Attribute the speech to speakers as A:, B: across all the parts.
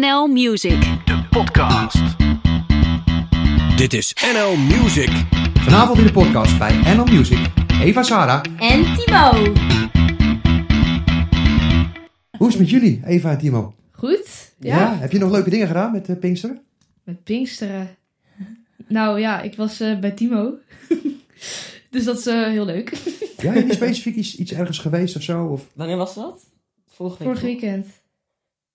A: NL Music.
B: De podcast.
C: Dit is NL Music.
D: Vanavond in de podcast bij NL Music, Eva Sara.
E: En Timo.
D: Hoe is het met jullie, Eva en Timo?
F: Goed? Ja.
D: Heb je nog leuke dingen gedaan met eh, Pinksteren?
F: Met Pinksteren. Nou ja, ik was eh, bij Timo. dus dat is eh, heel leuk.
D: Ja, heb je specifiek iets, iets ergens geweest of zo? Of...
G: Wanneer was dat? Vorige week.
F: Vorig
G: toch?
F: weekend.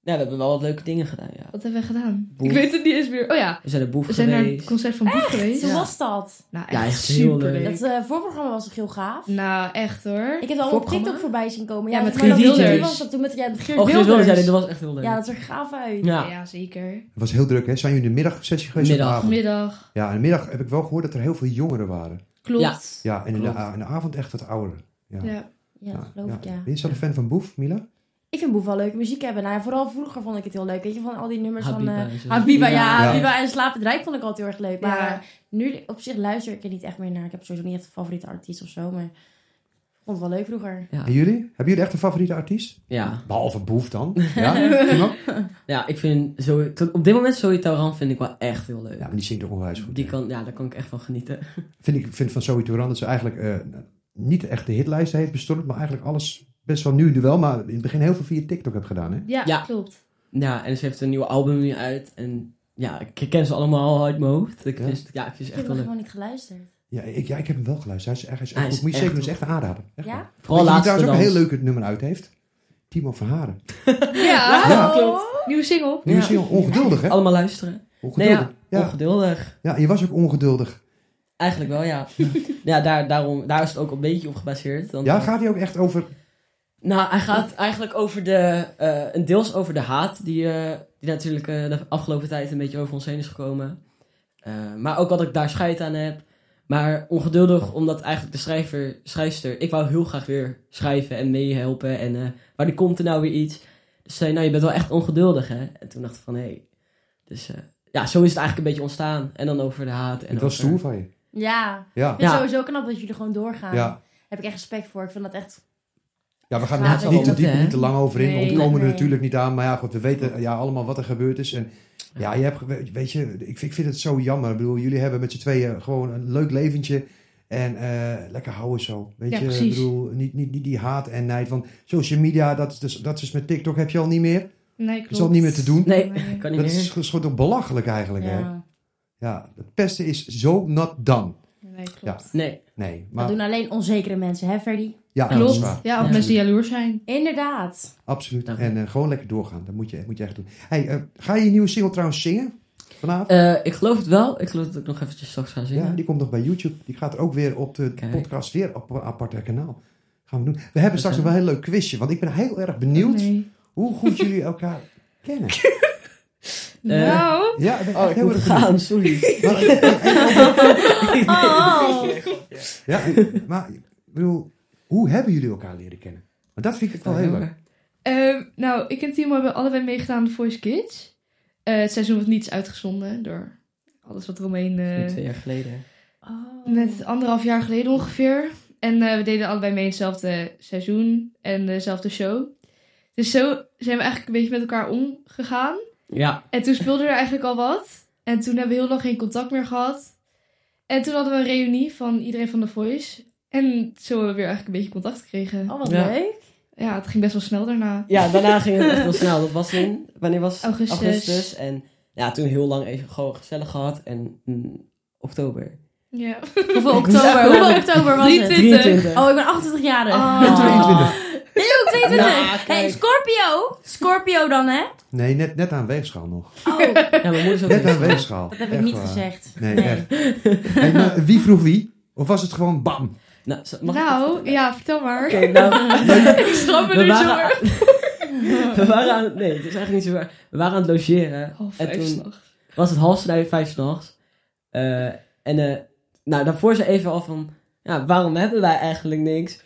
G: Ja, we hebben wel wat leuke dingen gedaan, ja.
F: Wat hebben we gedaan?
G: Boef.
F: Ik weet het niet eens meer. Oh ja,
G: We zijn naar Boef
F: we zijn naar het
G: geweest.
F: concert van Boef geweest.
E: Hoe was dat?
F: Nou, echt,
G: Ja, echt heel
F: superleuk.
E: Dat eh, voorprogramma was toch heel gaaf?
F: Nou, echt hoor.
E: Ik heb het al op
F: Voorprogramma?
E: TikTok voorbij zien komen.
F: Ja,
E: Ja,
F: met
E: maar dat-
G: Geert
E: wie
G: Wilders.
E: was dat toen met ja, met Geert
G: Oh, Geert
E: Wilders.
G: Wilders, ja, dit was echt heel leuk.
E: Ja, dat zag er gaaf uit.
G: Ja.
F: Ja. zeker.
D: Het was heel druk, hè? Zijn jullie in de middagsessie geweest? of de
G: Middag.
D: avond?
F: Middag.
D: Ja, in de middag heb ik wel gehoord dat er heel veel jongeren waren.
F: Klopt.
D: Ja, en in de,
G: Klopt.
D: a- in de avond echt wat ouderen. Ja,
F: Ja.
E: Ja, dat geloof ik, ja.
D: Ben je zelf een fan van Boef, Mila?
E: Ik vind Boef wel leuke muziek hebben. Nou ja, vooral vroeger vond ik het heel leuk. Weet je, van al die nummers
G: Habiba
E: van... eh,
G: en zo.
E: Habiba, ja.
G: Ja.
E: Habiba en Slaap het Rijk vond ik altijd heel erg leuk. Maar
F: Ja.
E: eh, nu op zich luister ik er niet echt meer naar. Ik heb sowieso niet echt een favoriete artiest of zo, maar... Ik vond het wel leuk vroeger.
G: Ja.
D: En jullie? Hebben jullie echt een favoriete artiest?
G: Ja.
D: Behalve Boef dan. Ja, Timo?
G: ja, ik vind... Zoe, tot- op dit moment Zoe Tauran vind ik wel echt heel leuk.
D: ja maar die zingt ook onwijs goed.
G: Die
D: hè?
G: kan, ja, daar kan ik echt van genieten.
D: Vind ik vind van Zoe Touran dat ze eigenlijk eh, niet echt de hitlijsten heeft bestormd, maar eigenlijk alles best wel nu wel, maar in het begin heel veel via TikTok heb gedaan, hè?
F: Ja,
G: Ja.
F: klopt.
G: Ja, en ze heeft een nieuw album nu uit. En ja, ik ken ze allemaal uit mijn hoofd. Ik
D: Ja.
G: vind, ja, ik vind ze
E: Ik
G: echt
E: heb
G: wel
E: nog
G: leuk.
E: helemaal niet geluisterd.
D: Ja, ik, ja, ik heb hem wel geluisterd. Hij is echt, hij is echt
G: Hij is
D: goed. Moet je
G: echt
D: zeker eens
G: goed.
D: echt aanraden. Echt waar.
E: Ja?
G: Vooral
D: Weet je wie
G: laatste
D: trouwens dus ook
G: dans.
D: een heel leuk het nummer uit heeft? Timo Verharen.
F: Ja.
G: Ja, klopt.
F: Nieuwe single.
D: Die
G: Ja.
D: is heel ongeduldig, hè?
G: Allemaal luisteren. Nee,
D: Ongeduldig.
G: ja.
D: ja.
G: Ongeduldig.
D: Ja, je was ook ongeduldig.
G: Eigenlijk wel, ja. ja, daar, daarom, daar is het ook een beetje op gebaseerd. Want
D: Ja, gaat hij ook echt over...
G: Nou, hij gaat eigenlijk over de, eh, een deels over de haat die, eh, die natuurlijk eh, de afgelopen tijd een beetje over ons heen is gekomen. Eh, maar ook wat ik daar scheid aan heb. Maar ongeduldig, omdat eigenlijk de schrijver, schrijfster, ik wou heel graag weer schrijven en meehelpen. En eh maar er komt er nou weer iets. Dus zei, nou je bent wel echt ongeduldig hè. En toen dacht ik van, hé. Dus eh, ja, zo is het eigenlijk een beetje ontstaan. En dan over de haat. En
D: Het was
G: over-
D: stoer van je.
E: Ja.
D: Ja.
E: Ik vind het
G: Ja.
E: sowieso knap dat jullie gewoon doorgaan.
D: Ja.
E: Heb ik echt respect voor. Ik vind dat echt...
D: Ja, we gaan
E: Ja,
D: er
E: het is
D: niet, te
G: wel
D: diep,
G: wat, hè?
D: niet te lang over in.
F: Nee,
D: we ontkomen er
E: nee.
D: natuurlijk niet aan. Maar ja, goed, we weten ja, allemaal wat er gebeurd is. En ja, je hebt, ge- weet je, ik, vind- ik vind het zo jammer. Ik bedoel, jullie hebben met z'n tweeën gewoon een leuk leventje. En eh, lekker houden zo. Weet
F: Ja,
D: je, ik
F: precies.
D: bedoel, niet, niet, niet die haat en nijd. Want social media, dat is, dus, dat is met TikTok heb je al niet meer.
F: Nee, klopt.
D: Dat is al niet meer te doen.
G: Nee, kan niet
D: Dat
G: meer.
D: is, gewoon- is gewoon toch belachelijk eigenlijk, hè?
E: Ja.
D: Ja, het pesten is zo not done.
F: Nee, klopt.
D: Ja.
G: Nee.
D: Nee,
E: Dat
D: maar
E: doen alleen onzekere mensen, hè Ferdy?
D: ja, dat is waar.
F: Klopt. Ja, of
G: Ja.
F: mensen die jaloers zijn.
E: Inderdaad.
D: Absoluut.
G: Dank je.
D: En eh, gewoon lekker doorgaan. Dat moet je, moet je echt doen. Hey, eh, ga je je nieuwe single trouwens zingen? Vanavond?
G: Eh, ik geloof het wel. Ik geloof dat ik nog eventjes straks ga zingen.
D: ja, die komt nog bij YouTube. Die gaat er ook weer op de
G: Kijk.
D: podcast weer op een apart kanaal. Gaan we doen. We hebben straks
G: hè?
D: nog wel een heel leuk quizje. Want ik ben heel erg benieuwd
F: Oh, Nee.
D: hoe goed jullie elkaar kennen.
G: Eh,
F: nou.
D: Ja, ik ben
G: Oh,
D: echt
G: ik
D: heel
G: moet
D: erg benieuwd.
G: gaan, sorry.
D: Maar, eh,
E: Oh.
D: ja, eh, maar ik bedoel, hoe hebben jullie elkaar leren kennen? Want dat vind ik
G: Oh,
D: wel heel leuk.
F: Ehm, nou, ik en Timo hebben allebei meegedaan aan The Voice Kids. Eh, het seizoen wordt niets uitgezonden door alles wat eromheen... eh,
G: Twee jaar geleden.
E: Oh.
G: eh.
F: net anderhalf jaar geleden ongeveer. En eh, we deden allebei mee in hetzelfde seizoen en eh, dezelfde show. Dus zo zijn we eigenlijk een beetje met elkaar omgegaan.
G: Ja,
F: En toen speelde er eigenlijk al wat. En toen hebben we heel lang geen contact meer gehad. En toen hadden we een reunie van iedereen van The Voice. En zo hebben we weer eigenlijk een beetje contact gekregen.
E: Oh, wat
G: Ja.
E: leuk.
F: Ja, het ging best wel snel daarna.
G: ja daarna ging het echt heel snel. Dat was in, wanneer was het?
F: Augustus.
G: En ja, toen heel lang even gewoon gezellig gehad. En mm, oktober.
F: Ja.
E: Hoeveel
G: Ja.
E: oktober? Hoeveel oktober was het?
G: 23.
E: Oh, ik ben 28 jaar.
F: Ah.
D: En 22.
E: Nee, ook 22.
G: Nou, kijk.
E: hey, Scorpio. Scorpio dan, hè?
D: Nee, net, net aan weegschaal nog.
E: Oh, dat
G: Ja, mijn moeder is ook
D: Net
G: weer-
D: aan weegschaal.
E: heb ik
D: Echt
E: niet
D: waar.
E: gezegd.
D: Nee, echt. Hey, maar wie vroeg wie? Of was het gewoon bam?
G: Nou, zo- mag ik dat
F: nou,
G: vertellen?
F: ja, vertel maar.
G: Oké, nou,
F: Ik schrap me
G: we
F: Oh, nu zo
G: waren,
F: erg.
G: we waren aan, nee, het is eigenlijk niet zo waar. We waren aan het logeren.
F: Half
G: en
F: vijf
G: toen,
F: s'nachts.
G: was het half vijf, vijf s'nachts. Eh, en eh, nou, daarvoor zei even al van, ja, waarom hebben wij eigenlijk niks?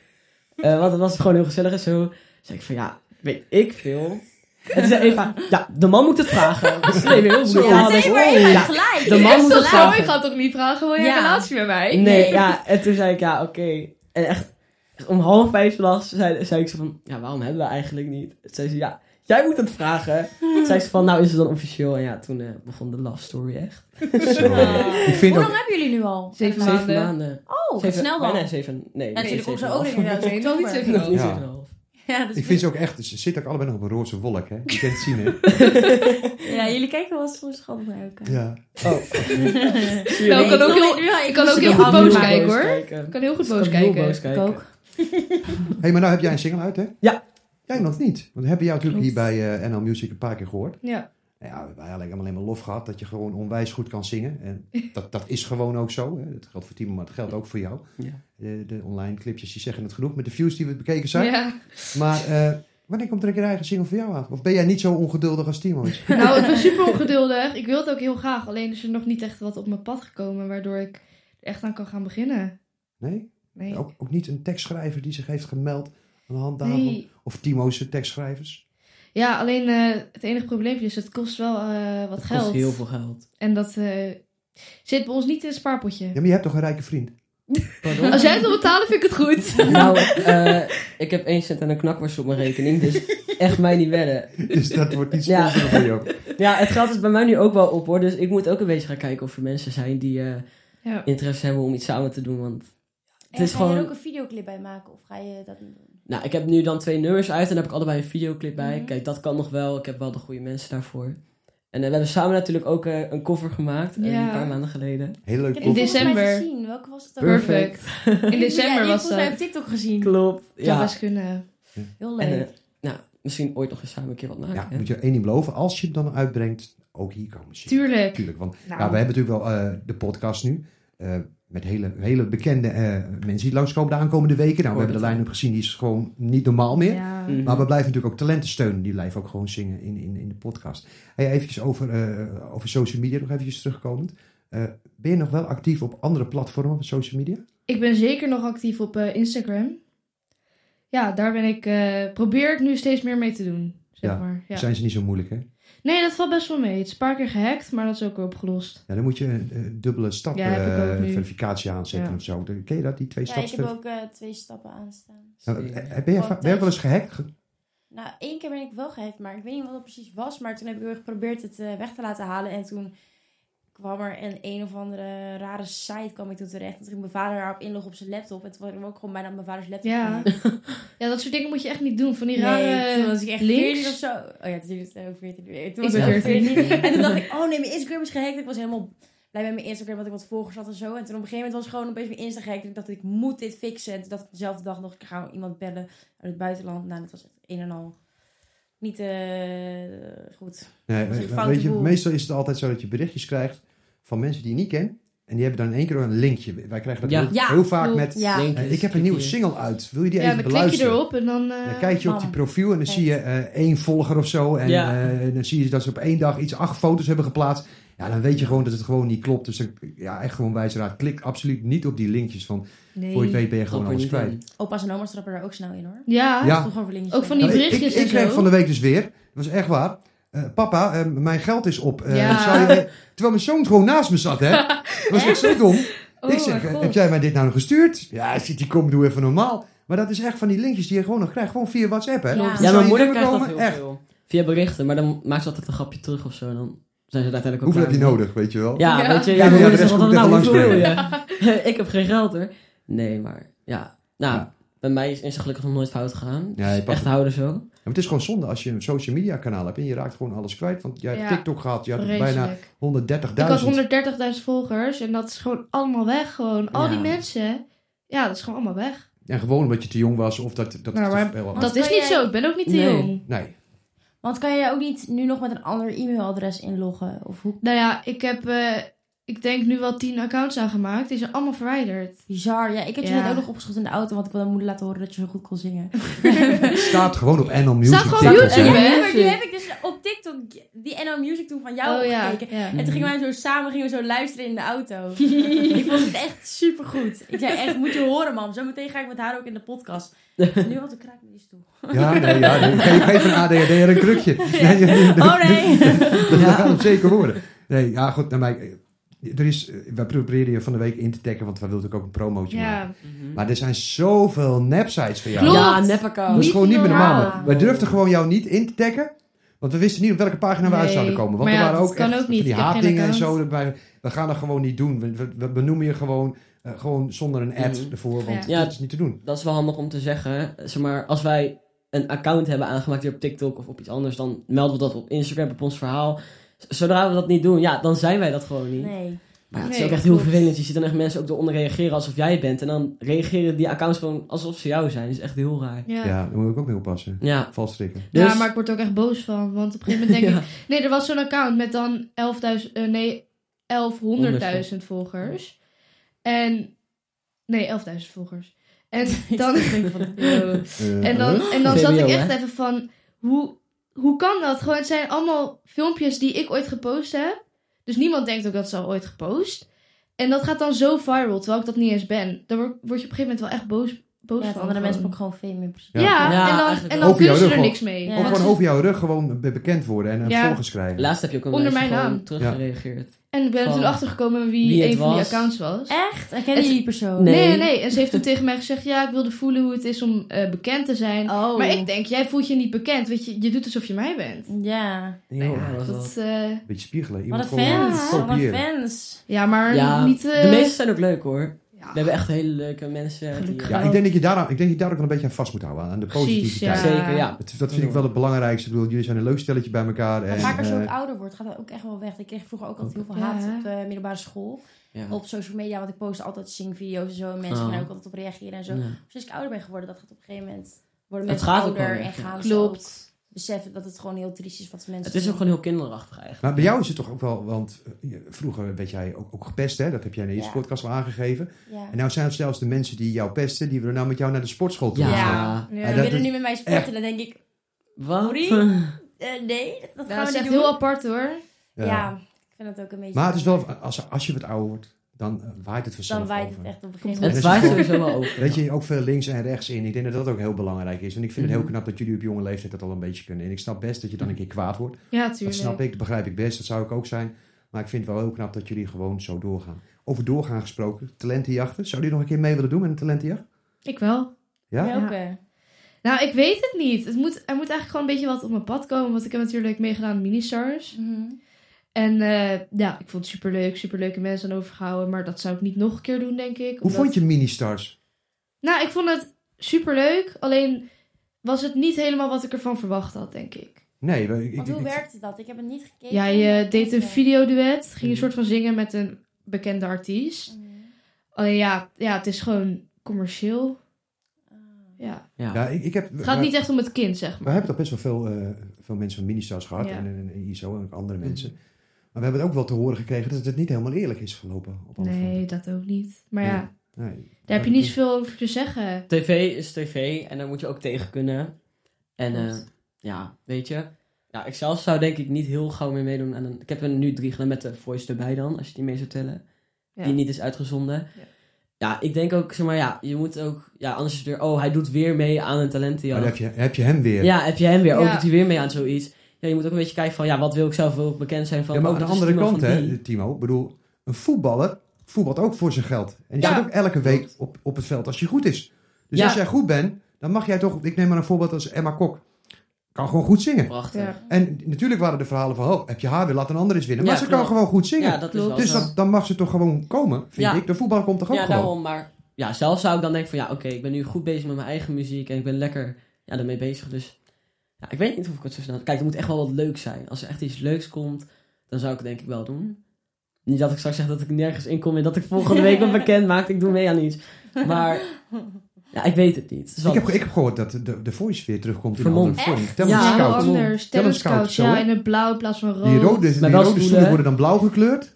G: Eh, want het was gewoon heel gezellig en zo. Zei ik van, ja, weet ik veel. En toen zei Eva, ja, de man moet het vragen. Dus nee, heel moeilijk.
E: Ja,
G: Oh,
E: nee,
G: dus-
E: maar je
G: ja.
E: hebt gelijk.
G: De man moet het
F: Nou,
G: vragen.
F: ik ga toch niet vragen, wil je
E: Ja.
F: een relatie met mij?
G: Nee, ja, en toen zei ik, ja, oké. En echt, echt om half vijf s'nachts zei, zei ik zo van, ja, waarom hebben we eigenlijk niet? Toen zei ze, ja, Jij moet het vragen. Toen zei ze van, nou is het dan officieel? En ja, toen eh, begon de love story echt.
D: Zo. Ik vind
E: Hoe
D: ook...
E: lang hebben jullie nu al?
F: Zeven
G: Zeven
F: maanden.
G: maanden.
E: Oh,
G: Zeven-
E: snel dan.
G: Bijna zeven. Nee,
E: Ja, natuurlijk
G: zeven
E: komt ze
G: en
E: ook
G: een
E: weer
G: half.
E: naar
F: Ik wil niet
E: oktober.
F: zeven maanden.
G: Niet
D: Ja.
G: zeven en een half.
E: Ja, dus
D: Ik vind ze ook echt, ze zitten ook allebei nog op een roze wolk, hè? Je kent het zien, hè?
E: ja, jullie kijken wel eens verschillend naar elkaar.
D: Ja.
F: Nou, ik kan ook heel,
E: heel,
F: ik kan ook heel
E: heel
F: goed boos
E: boos
F: kijken hoor.
G: kijken.
F: Ik kan heel goed
G: Ik
F: boos
G: kan heel
F: kijken.
G: boos
E: Ik ook.
D: Hé, hey, maar nou heb jij een single uit, hè?
G: Ja.
D: Jij nog niet. Want we hebben jou natuurlijk hier
F: Klopt.
D: bij eh, NL Music een paar keer gehoord.
F: Ja.
D: Nou Ja, we hebben eigenlijk allemaal alleen maar lof gehad dat je gewoon onwijs goed kan zingen. En dat, dat is gewoon ook zo. Hè? Dat geldt voor Timo, maar dat geldt ook voor jou.
G: Ja.
D: De, de online clipjes die zeggen het genoeg met de views die we bekeken zijn.
F: ja.
D: Maar eh, wanneer komt er een keer een eigen single voor jou aan? Of ben jij niet zo ongeduldig als Timo is?
F: Nou, ik ben super ongeduldig. Ik wil het ook heel graag. Alleen is er nog niet echt wat op mijn pad gekomen waardoor ik er echt aan kan gaan beginnen.
D: Nee?
F: Nee.
D: Ook, ook niet een tekstschrijver die zich heeft gemeld aan de hand daarvan?
F: Nee.
D: Of Timo's tekstschrijvers?
F: Ja, alleen eh, het enige probleempje is, het kost wel eh, wat
G: Het
F: geld.
G: kost heel veel geld.
F: En dat eh, zit bij ons niet in het spaarpotje.
D: Ja, maar je hebt toch een rijke vriend?
G: Pardon?
F: Als jij het wil betalen, vind ik het goed.
G: Nou, eh, ik heb 1 cent en een knakworst op mijn rekening, dus echt mij niet wedden.
D: Dus dat wordt niet
G: Ja.
D: sponsoren voor jou.
G: Ja, het geld is bij mij nu ook wel op hoor, dus ik moet ook een beetje gaan kijken of er mensen zijn die eh,
F: Ja.
G: interesse hebben om iets samen te doen. Want
E: En
G: is
E: ga je
G: gewoon-
E: er ook een videoclip bij maken of ga je dat niet doen?
G: nou, ik heb nu dan twee nummers uit en daar heb ik allebei een videoclip bij.
E: Mhm.
G: Kijk, dat kan nog wel, ik heb wel de goede mensen daarvoor. En eh, we hebben samen natuurlijk ook eh, een cover gemaakt, eh,
F: Ja.
G: een paar maanden geleden.
D: Heel leuk.
E: Ik heb
F: In
E: het volgens mij
F: december.
E: gezien. Welke was het ook?
F: Perfect. In
E: ja,
F: december
E: die heb ik
F: was
E: volgens mij op
F: dat.
E: TikTok gezien.
G: Klopt.
F: Zou
G: Ja,
F: best kunnen.
E: Heel
G: en
E: leuk.
G: eh, nou, misschien ooit nog eens samen een keer wat maken.
D: Ja,
G: hè?
D: moet je één ding beloven. Als je hem dan uitbrengt, ook hier komen ze.
F: Tuurlijk.
D: Tuurlijk, want
E: Nou.
D: ja, we hebben natuurlijk wel eh, de podcast nu. eh, met hele, hele bekende eh, mensen die langskomen de aankomende weken. Nou, we hebben de line-up gezien, die is gewoon niet normaal meer.
F: Ja.
G: Mhm.
D: Maar we blijven natuurlijk ook talenten steunen. Die blijven ook gewoon zingen in, in, in de podcast. Hey, even over, eh, over social media nog eventjes terugkomend. Eh, ben je nog wel actief op andere platformen van social media?
F: Ik ben zeker nog actief op eh, Instagram. Ja, daar ben ik, eh, probeer ik nu steeds meer mee te doen. Zeg
D: Ja.
F: maar. Ja.
D: Zijn ze niet zo moeilijk, hè?
F: Nee, dat valt best wel mee. Het is een paar keer gehackt, maar dat is ook weer opgelost.
D: Ja, dan moet je een eh, dubbele stap
F: Ja, heb ik
D: eh,
F: ook nu.
D: verificatie aanzetten
F: Ja.
D: of zo. Dan- Ken je dat, die twee
E: ja, ik heb
D: stappen?
E: ook eh, twee stappen aanstaan.
D: Nou, eh, ben je
E: Gewoon
D: va- ben je ook wel eens gehackt? Ge-
E: Nou, één keer ben ik wel gehackt, maar ik weet niet wat dat precies was. Maar toen heb ik heel erg geprobeerd het eh, weg te laten halen. En toen kwam er een een of andere rare site kwam ik toen terecht. En toen ging mijn vader daarop inloggen op zijn laptop. En toen waren we ook gewoon bijna op mijn vaders laptop.
F: Ja.
E: gegaan.
F: Ja, dat soort dingen moet je echt niet doen. Van die rare...
E: Nee, toen was ik echt
F: links.
E: 14 of zo. Oh ja, toen was ik ook 14 weer. Toen was
F: Ik
E: ik
F: ben
E: echt
F: 14.
E: 14. En toen dacht ik, oh nee, mijn Instagram is gehackt. Ik was helemaal blij met mijn Instagram, want ik wat volgers had en zo. En toen op een gegeven moment was ik gewoon opeens mijn Insta gehackt. En ik dacht, ik moet dit fixen. En toen dacht ik dezelfde dag nog, ik ga iemand bellen uit het buitenland. Nou, dat was echt een en al niet eh, goed.
D: Nee,
E: Dat is een
D: we-
E: foute
D: Nou, weet je,
E: boel.
D: meestal is het altijd zo dat je berichtjes krijgt van mensen die je niet kent. En die hebben dan in één keer een linkje. Wij krijgen dat
G: Ja.
D: heel,
E: Ja.
D: heel vaak
F: Klopt.
D: met...
E: Ja.
G: Linkjes,
D: eh, ik heb een nieuwe
G: klikjes.
D: single uit. Wil je die
F: Ja, dan
D: even
F: klik je
D: beluisteren?
F: erop en dan... eh,
D: Dan kijk je op die
E: Bam.
D: profiel en dan
E: Echt.
D: zie je eh, één volger of zo. En
G: Ja.
D: eh, dan zie je dat ze op één dag iets acht foto's hebben geplaatst. Ja, dan weet je gewoon dat het gewoon niet klopt. Dus dan, ja, echt gewoon wijze raad. Klik absoluut niet op die linkjes. Van,
F: nee.
D: Voor je het weet ben je gewoon
G: Trap er
D: alles
G: niet
D: kwijt.
G: in.
E: Opa's en oma's trappen daar ook snel in hoor.
F: Ja,
D: Ja.
E: Toch gewoon voor linkjes.
F: Ook van die
D: Nou, ik-
F: berichtjes
D: ik, ik
F: en
D: kreeg
F: zo.
D: van de week dus weer, dat was echt waar. eh, papa, eh, mijn geld is op. eh,
F: Ja.
D: zou je- eh, terwijl mijn zoon gewoon naast me zat, hè? Dat was echt zo dom.
F: Oh,
D: ik zeg,
F: mijn
D: eh,
F: god.
D: heb jij mij dit nou gestuurd? Ja, hij zit die kom, doe even normaal. Maar dat is echt van die linkjes die je gewoon nog krijgt. Gewoon via WhatsApp, hè?
E: Ja.
D: Dan
E: Ja,
D: zou
G: Ja,
D: je
G: mijn moeder
D: nummer
G: krijgt dat
D: komen,
G: heel
D: echt.
G: veel. Via berichten, maar dan maakt ze altijd een grapje terug of zo. En dan zijn ze er uiteindelijk ook
D: Hoeveel heb je
G: klaar mee.
D: nodig, weet je wel?
G: Ja,
F: Ja.
G: weet je,
D: Ja,
G: ja, mijn
D: ja,
G: moeder
D: de rest
G: zegt altijd,
D: komt
G: nou,
D: even
G: hoeveel wil
D: langs
G: je? ik heb geen geld hoor. Nee, maar ja. Nou,
D: Ja.
G: bij mij is Insta gelukkig nog nooit fout gegaan.
D: Ja, je
G: Dus
D: pakt
G: echt houden zo.
D: Ja, maar het is gewoon zonde als je een social media kanaal hebt en je raakt gewoon alles kwijt. Want jij hebt
F: Ja.
D: TikTok gehad, je had bijna
F: Vreselijk.
D: 130.000.
F: Ik had 130.000 volgers en dat is gewoon allemaal weg. Gewoon. Al
G: Ja.
F: die mensen, ja, dat is gewoon allemaal weg.
D: En gewoon omdat je te jong was of dat... dat
F: Nou, maar
D: te veel was.
F: dat
E: kan
F: is niet
E: jij-
F: zo. Ik ben ook niet te
G: Nee.
F: jong.
D: Nee.
E: Want kan je ook niet nu nog met een ander e-mailadres inloggen? Of hoe
F: Nou ja, ik heb, eh, ik denk nu wel 10 accounts aangemaakt. Die zijn allemaal verwijderd.
E: bizar. Ja, ik heb je
F: Ja.
E: net ook nog opgeschot in de auto, want ik wilde mijn moeder laten horen dat je zo goed kon zingen.
D: Staat gewoon op NL Music.
F: Staat gewoon op
D: TikTok,
F: YouTube,
D: hè?
F: hè?
E: Ja, Oh, maar die
G: Music.
E: heb ik dus op TikTok, die NL Music toen van jou opgekeken.
F: Oh ja.
E: En toen gingen wij zo samen gingen we zo luisteren in de auto. ik vond het echt supergoed. Ik zei echt, moet je horen mam. Zometeen ga ik met haar ook in de podcast. nu had ik kraak met die stoel.
D: Ja, nee, ja. nee. Geef, geef een ADHD'er een krukje. Nee, nee, nee.
E: Oh nee.
D: Dat, dat gaat hem zeker worden. Nee, ja, goed. Nou, maar, eh, er is, eh, wij proberen je van de week in te taggen, want wij wilden ook een promotje maken.
F: Ja,
D: Maar er zijn zoveel nepsites van jou.
F: Klopt.
G: Ja, neppaccount.
D: Dat is
F: Niet
D: gewoon niet meer normaal.
F: normaal.
D: Wij durfden gewoon jou niet in te taggen. Want we wisten niet op welke pagina we uit
F: Nee.
D: zouden komen. Want
F: Maar
D: er
F: ja,
D: waren
F: dat
D: ook,
F: kan
D: echt
F: ook niet.
D: van die
F: Ik heb geen
D: haatdingen en
F: account.
D: zo. erbij. we gaan dat gewoon niet doen. We, we- we benoemen je gewoon, eh, gewoon zonder een ad
F: Mm.
G: Mhm.
D: ervoor. Want
G: Ja.
D: dat is niet te doen.
G: Dat is wel handig om te zeggen. Zeg maar, als wij een account hebben aangemaakt hier op TikTok of op iets anders, dan melden we dat op Instagram op ons verhaal. Z- Zodra we dat niet doen, ja, dan zijn wij dat gewoon niet.
E: Nee.
G: Maar ja, het is
F: Nee,
G: ook echt heel
F: klopt.
G: vervelend. Je ziet dan echt mensen ook eronder reageren alsof jij het bent. En dan reageren die accounts gewoon alsof ze jou zijn. Dat is echt heel raar.
F: ja.
D: Ja, daar moet ik ook mee oppassen.
G: Ja,
D: Vals strikken.
G: dus...
F: ja, maar ik word er ook echt boos van. Want op een gegeven moment denk
G: Ja.
F: ik... Nee, er was zo'n account met dan 11.000... eh, nee, 1100.000 volgers. En... Nee, 11.000 volgers. En dan...
E: oh.
D: Eh,
F: En dan, en dan
G: VWO,
F: zat ik echt
G: Mhm. hè?
F: even van, hoe, hoe kan dat? Gewoon, het zijn allemaal filmpjes die ik ooit gepost heb. Dus niemand denkt ook dat ze al ooit gepost. En dat gaat dan zo viral, terwijl ik dat niet eens ben. Daar word, word je op een gegeven moment wel echt boos, boos
E: Ja, dat
F: van.
E: andere
F: gewoon.
E: mensen ook gewoon fame in principe.
F: Ja,
G: Ja,
F: en dan,
G: eigenlijk
F: en
G: wel.
F: dan
D: Over jouw
F: kunnen ze
D: rug
F: er
D: al.
F: niks mee.
E: Ja.
D: Of
F: Want
D: gewoon
F: ze-
D: over jouw rug gewoon be- bekend worden en, en
F: Ja.
D: volgers krijgen.
G: Laatst heb je ook een
F: Onder
G: beetje
F: mijn
G: gewoon
F: naam.
G: teruggereageerd.
F: En ik ben er
G: Van
F: toen achtergekomen wie,
G: wie het
F: een van die
G: was.
F: accounts was.
E: Echt? Ik ken
F: Het-
E: die persoon.
G: Nee.
F: Nee. nee, En ze heeft toen tegen mij gezegd, ja, ik wilde voelen hoe het is om eh, bekend te zijn.
E: Oh.
F: Maar ik denk, jij voelt je niet bekend, want je, je doet alsof je mij bent.
E: Ja.
G: Ja, dat was wel-
F: Dat, eh,
D: beetje spiegelen.
E: Wat een
D: Iemand gewoon
F: Ja.
E: fans. Wat een
D: kopiëren.
E: fans.
F: ja, maar
G: Ja,
F: niet... eh,
G: de meeste zijn ook leuk hoor.
F: ja.
G: We hebben echt hele leuke mensen. Die,
F: Gelukkig.
D: Ja, ik denk dat je daar, ik denk dat je daar ook wel een beetje aan vast moet houden. Aan de
F: Precies,
D: positiviteit.
F: ja.
G: Zeker, ja.
D: Het- dat vind ik wel het belangrijkste. Ik bedoel, jullie zijn een leuk stelletje bij elkaar. En,
E: Maar vaak als je
D: eh,
E: ook ouder wordt, gaat dat ook echt wel weg. Ik kreeg vroeger ook altijd heel veel
F: Ja.
E: haat op de middelbare school.
G: ja.
E: Op social media, want ik post altijd zingvideo's en zo. En mensen
G: Oh.
E: gaan daar ook altijd op reageren en zo.
G: Ja.
E: Sinds ik ouder ben geworden, dat gaat op een gegeven moment... Worden
G: Het
E: mensen
G: gaat ook
E: ouder
G: wel weg,
E: en
G: ja.
E: gaan ze ook
F: Klopt.
E: beseffen dat het gewoon heel triest is wat mensen
G: Het is
E: doen.
G: ook gewoon heel kinderachtig eigenlijk.
D: Maar bij jou is het toch ook wel, want eh, je- vroeger werd jij ook, ook gepest, hè? Dat heb jij in de eerste
E: Ja.
D: podcast al aangegeven.
E: Ja.
D: En nou zijn het zelfs de mensen die jou pesten, die willen nou met jou naar de sportschool toe.
G: Ja.
F: Ja.
D: Ja,
E: We
D: dat-
E: willen nu met mij sporten. Dan denk ik,
G: Wat?
E: Sorry? eh, nee, dat, dat
F: Ja, dat
E: gaan we
F: is
E: niet
F: echt
E: doen.
F: heel apart hoor.
E: ja. ik vind het ook een beetje...
D: Maar het is wel, als, als je wat ouder wordt, dan eh, waait het vanzelf
E: Dan waait
D: over.
E: het echt op een gegeven
G: Het
E: moment.
G: zwaait sowieso wel over.
D: Weet je, ook veel links en rechts in. Ik denk dat dat ook heel belangrijk is. En ik vind het
F: Mhm.
D: heel knap dat jullie op jonge leeftijd dat al een beetje kunnen. En ik snap best dat je dan een keer kwaad wordt.
F: Ja,
D: Dat
F: tuurlijk.
D: snap ik, dat begrijp ik best. Dat zou ik ook zijn. Maar ik vind het wel heel knap dat jullie gewoon zo doorgaan. Over doorgaan gesproken, talentenjachten. Zou je nog een keer mee willen doen met een talentenjacht?
F: Ik wel.
D: Ja?
E: Ja, ook,
F: Ja.
E: eh.
F: Nou, ik weet het niet. Het moet, er moet eigenlijk gewoon een beetje wat op mijn pad komen. Want ik heb natuurlijk meegedaan aan Ministars.
E: Mhm.
F: En eh, ja, ik vond het superleuk. Superleuke mensen aan overgehouden. Maar dat zou ik niet nog een keer doen, denk ik.
D: Hoe
F: omdat-
D: vond je Ministars?
F: Nou, ik vond het superleuk. Alleen was het niet helemaal wat ik ervan verwacht had, denk ik.
D: Nee, we- ik,
E: Want
D: ik-
E: hoe
D: ik-
E: werkte dat? Ik heb het niet gekeken.
F: Ja, je deed een videoduet. Ging
G: Mhm.
F: een soort van zingen met een bekende artiest.
E: Mhm.
F: Alleen ja, ja het is gewoon commercieel.
E: Ah.
F: Ja.
D: ja, ik, ik heb,
F: Het gaat
D: we-
F: niet echt om het kind, zeg
D: We
F: maar.
D: hebben toch best wel veel, eh, veel mensen van Ministars gehad.
F: Ja. Mhm.
D: En, en, en ISO en ook andere mensen. Maar we hebben ook wel te horen gekregen dat het niet helemaal eerlijk is gelopen. Op alle
F: Nee, dat ook niet. Maar
D: Nee.
F: ja,
D: fronten. nee.
F: daar heb je niet zoveel over te zeggen.
G: TV is tv en daar moet je ook tegen kunnen. En eh,
F: Klopt.
G: ja, weet je. Ja, ik zelf zou denk ik niet heel gauw meer meedoen aan een... Ik heb er nu drie gedaan met de voice erbij dan, als je die mee zou tellen.
F: Ja.
G: Die niet is uitgezonden. Ja.
F: Ja.
G: ik denk ook, zeg maar, ja, je moet ook... Ja, anders is het weer... Oh, hij doet weer mee aan een
D: Maar
G: talentenjacht.
D: dan Oh, heb je, heb je hem weer.
G: Ja, heb je hem weer. Ook
F: Ja.
G: doet hij weer mee aan zoiets. Ja, je moet ook een beetje kijken van... Ja, wat wil ik zelf wil ik bekend zijn van...
D: Ja, maar
G: oh,
D: aan de
G: dat is
D: andere
G: Timo
D: kant,
G: van die.
D: hè, Timo. Ik bedoel, een voetballer voetbalt ook voor zijn geld. En die
G: Ja.
D: staat ook elke week op, op het veld als hij goed is. Dus
G: Ja.
D: als jij goed bent, dan mag jij toch... Ik neem maar een voorbeeld als Emma Kok. Kan gewoon goed zingen.
G: Prachtig. Ja,
D: En natuurlijk waren de verhalen van... Oh, heb je haar weer, laat een ander eens winnen. Maar
G: Ja,
D: ze kan
G: klopt.
D: gewoon goed zingen.
G: dat is wel
D: dus
G: zo.
D: dat, dan mag ze toch gewoon komen, vind
G: Ja.
D: ik. De voetballer komt toch ook
G: ja,
D: gewoon.
G: daarom. Maar ja, zelf zou ik dan denken van ja, oké, ik ben nu goed bezig met mijn eigen muziek en ik ben lekker ja, daarmee bezig. Dus ja, ik weet niet of ik het zo snel... Kijk, het moet echt wel wat leuk zijn. Als er echt iets leuks komt, dan zou ik het denk ik wel doen. Niet dat ik straks zeg dat ik nergens in kom en dat ik volgende week wat bekend maak. Ik doe mee aan iets. Maar ja, ik weet het niet. Het is wel-
D: Ik heb, ik heb gehoord dat de, de voice weer terugkomt in een
G: Vermomd.
D: andere vorm.
G: Ja,
D: Talent
F: ja, heel
D: Scout.
F: anders.
D: Talent
F: Talent
D: scout,
F: scouts,
D: zo,
F: ja,
D: hè?
F: in het blauw in plaats van rood.
D: Die rode, die
G: wel
D: rode
G: stoelen.
D: stoelen worden dan blauw gekleurd.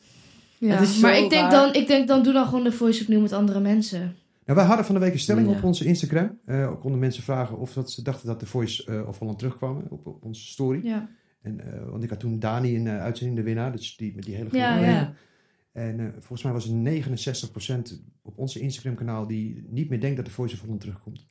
F: Ja.
G: Het is zo
F: maar ik denk,
G: waar.
F: dan, ik denk dan doe dan gewoon de voice opnieuw met andere mensen.
D: Nou, wij hadden van de week een stelling
G: Ja.
D: op onze Instagram. Eh, ook konden mensen vragen of dat ze dachten dat de voice eh, of Holland terugkwam op, op onze story.
F: Ja.
D: En, eh, want ik had toen Dani in eh, uitzending, de winnaar. Dus die met die hele grote
F: Ja,
G: Ja,
D: ring.
G: Oh, ja.
D: En eh, volgens mij was het 69% op onze Instagram kanaal die niet meer denkt dat de voice of Holland terugkomt.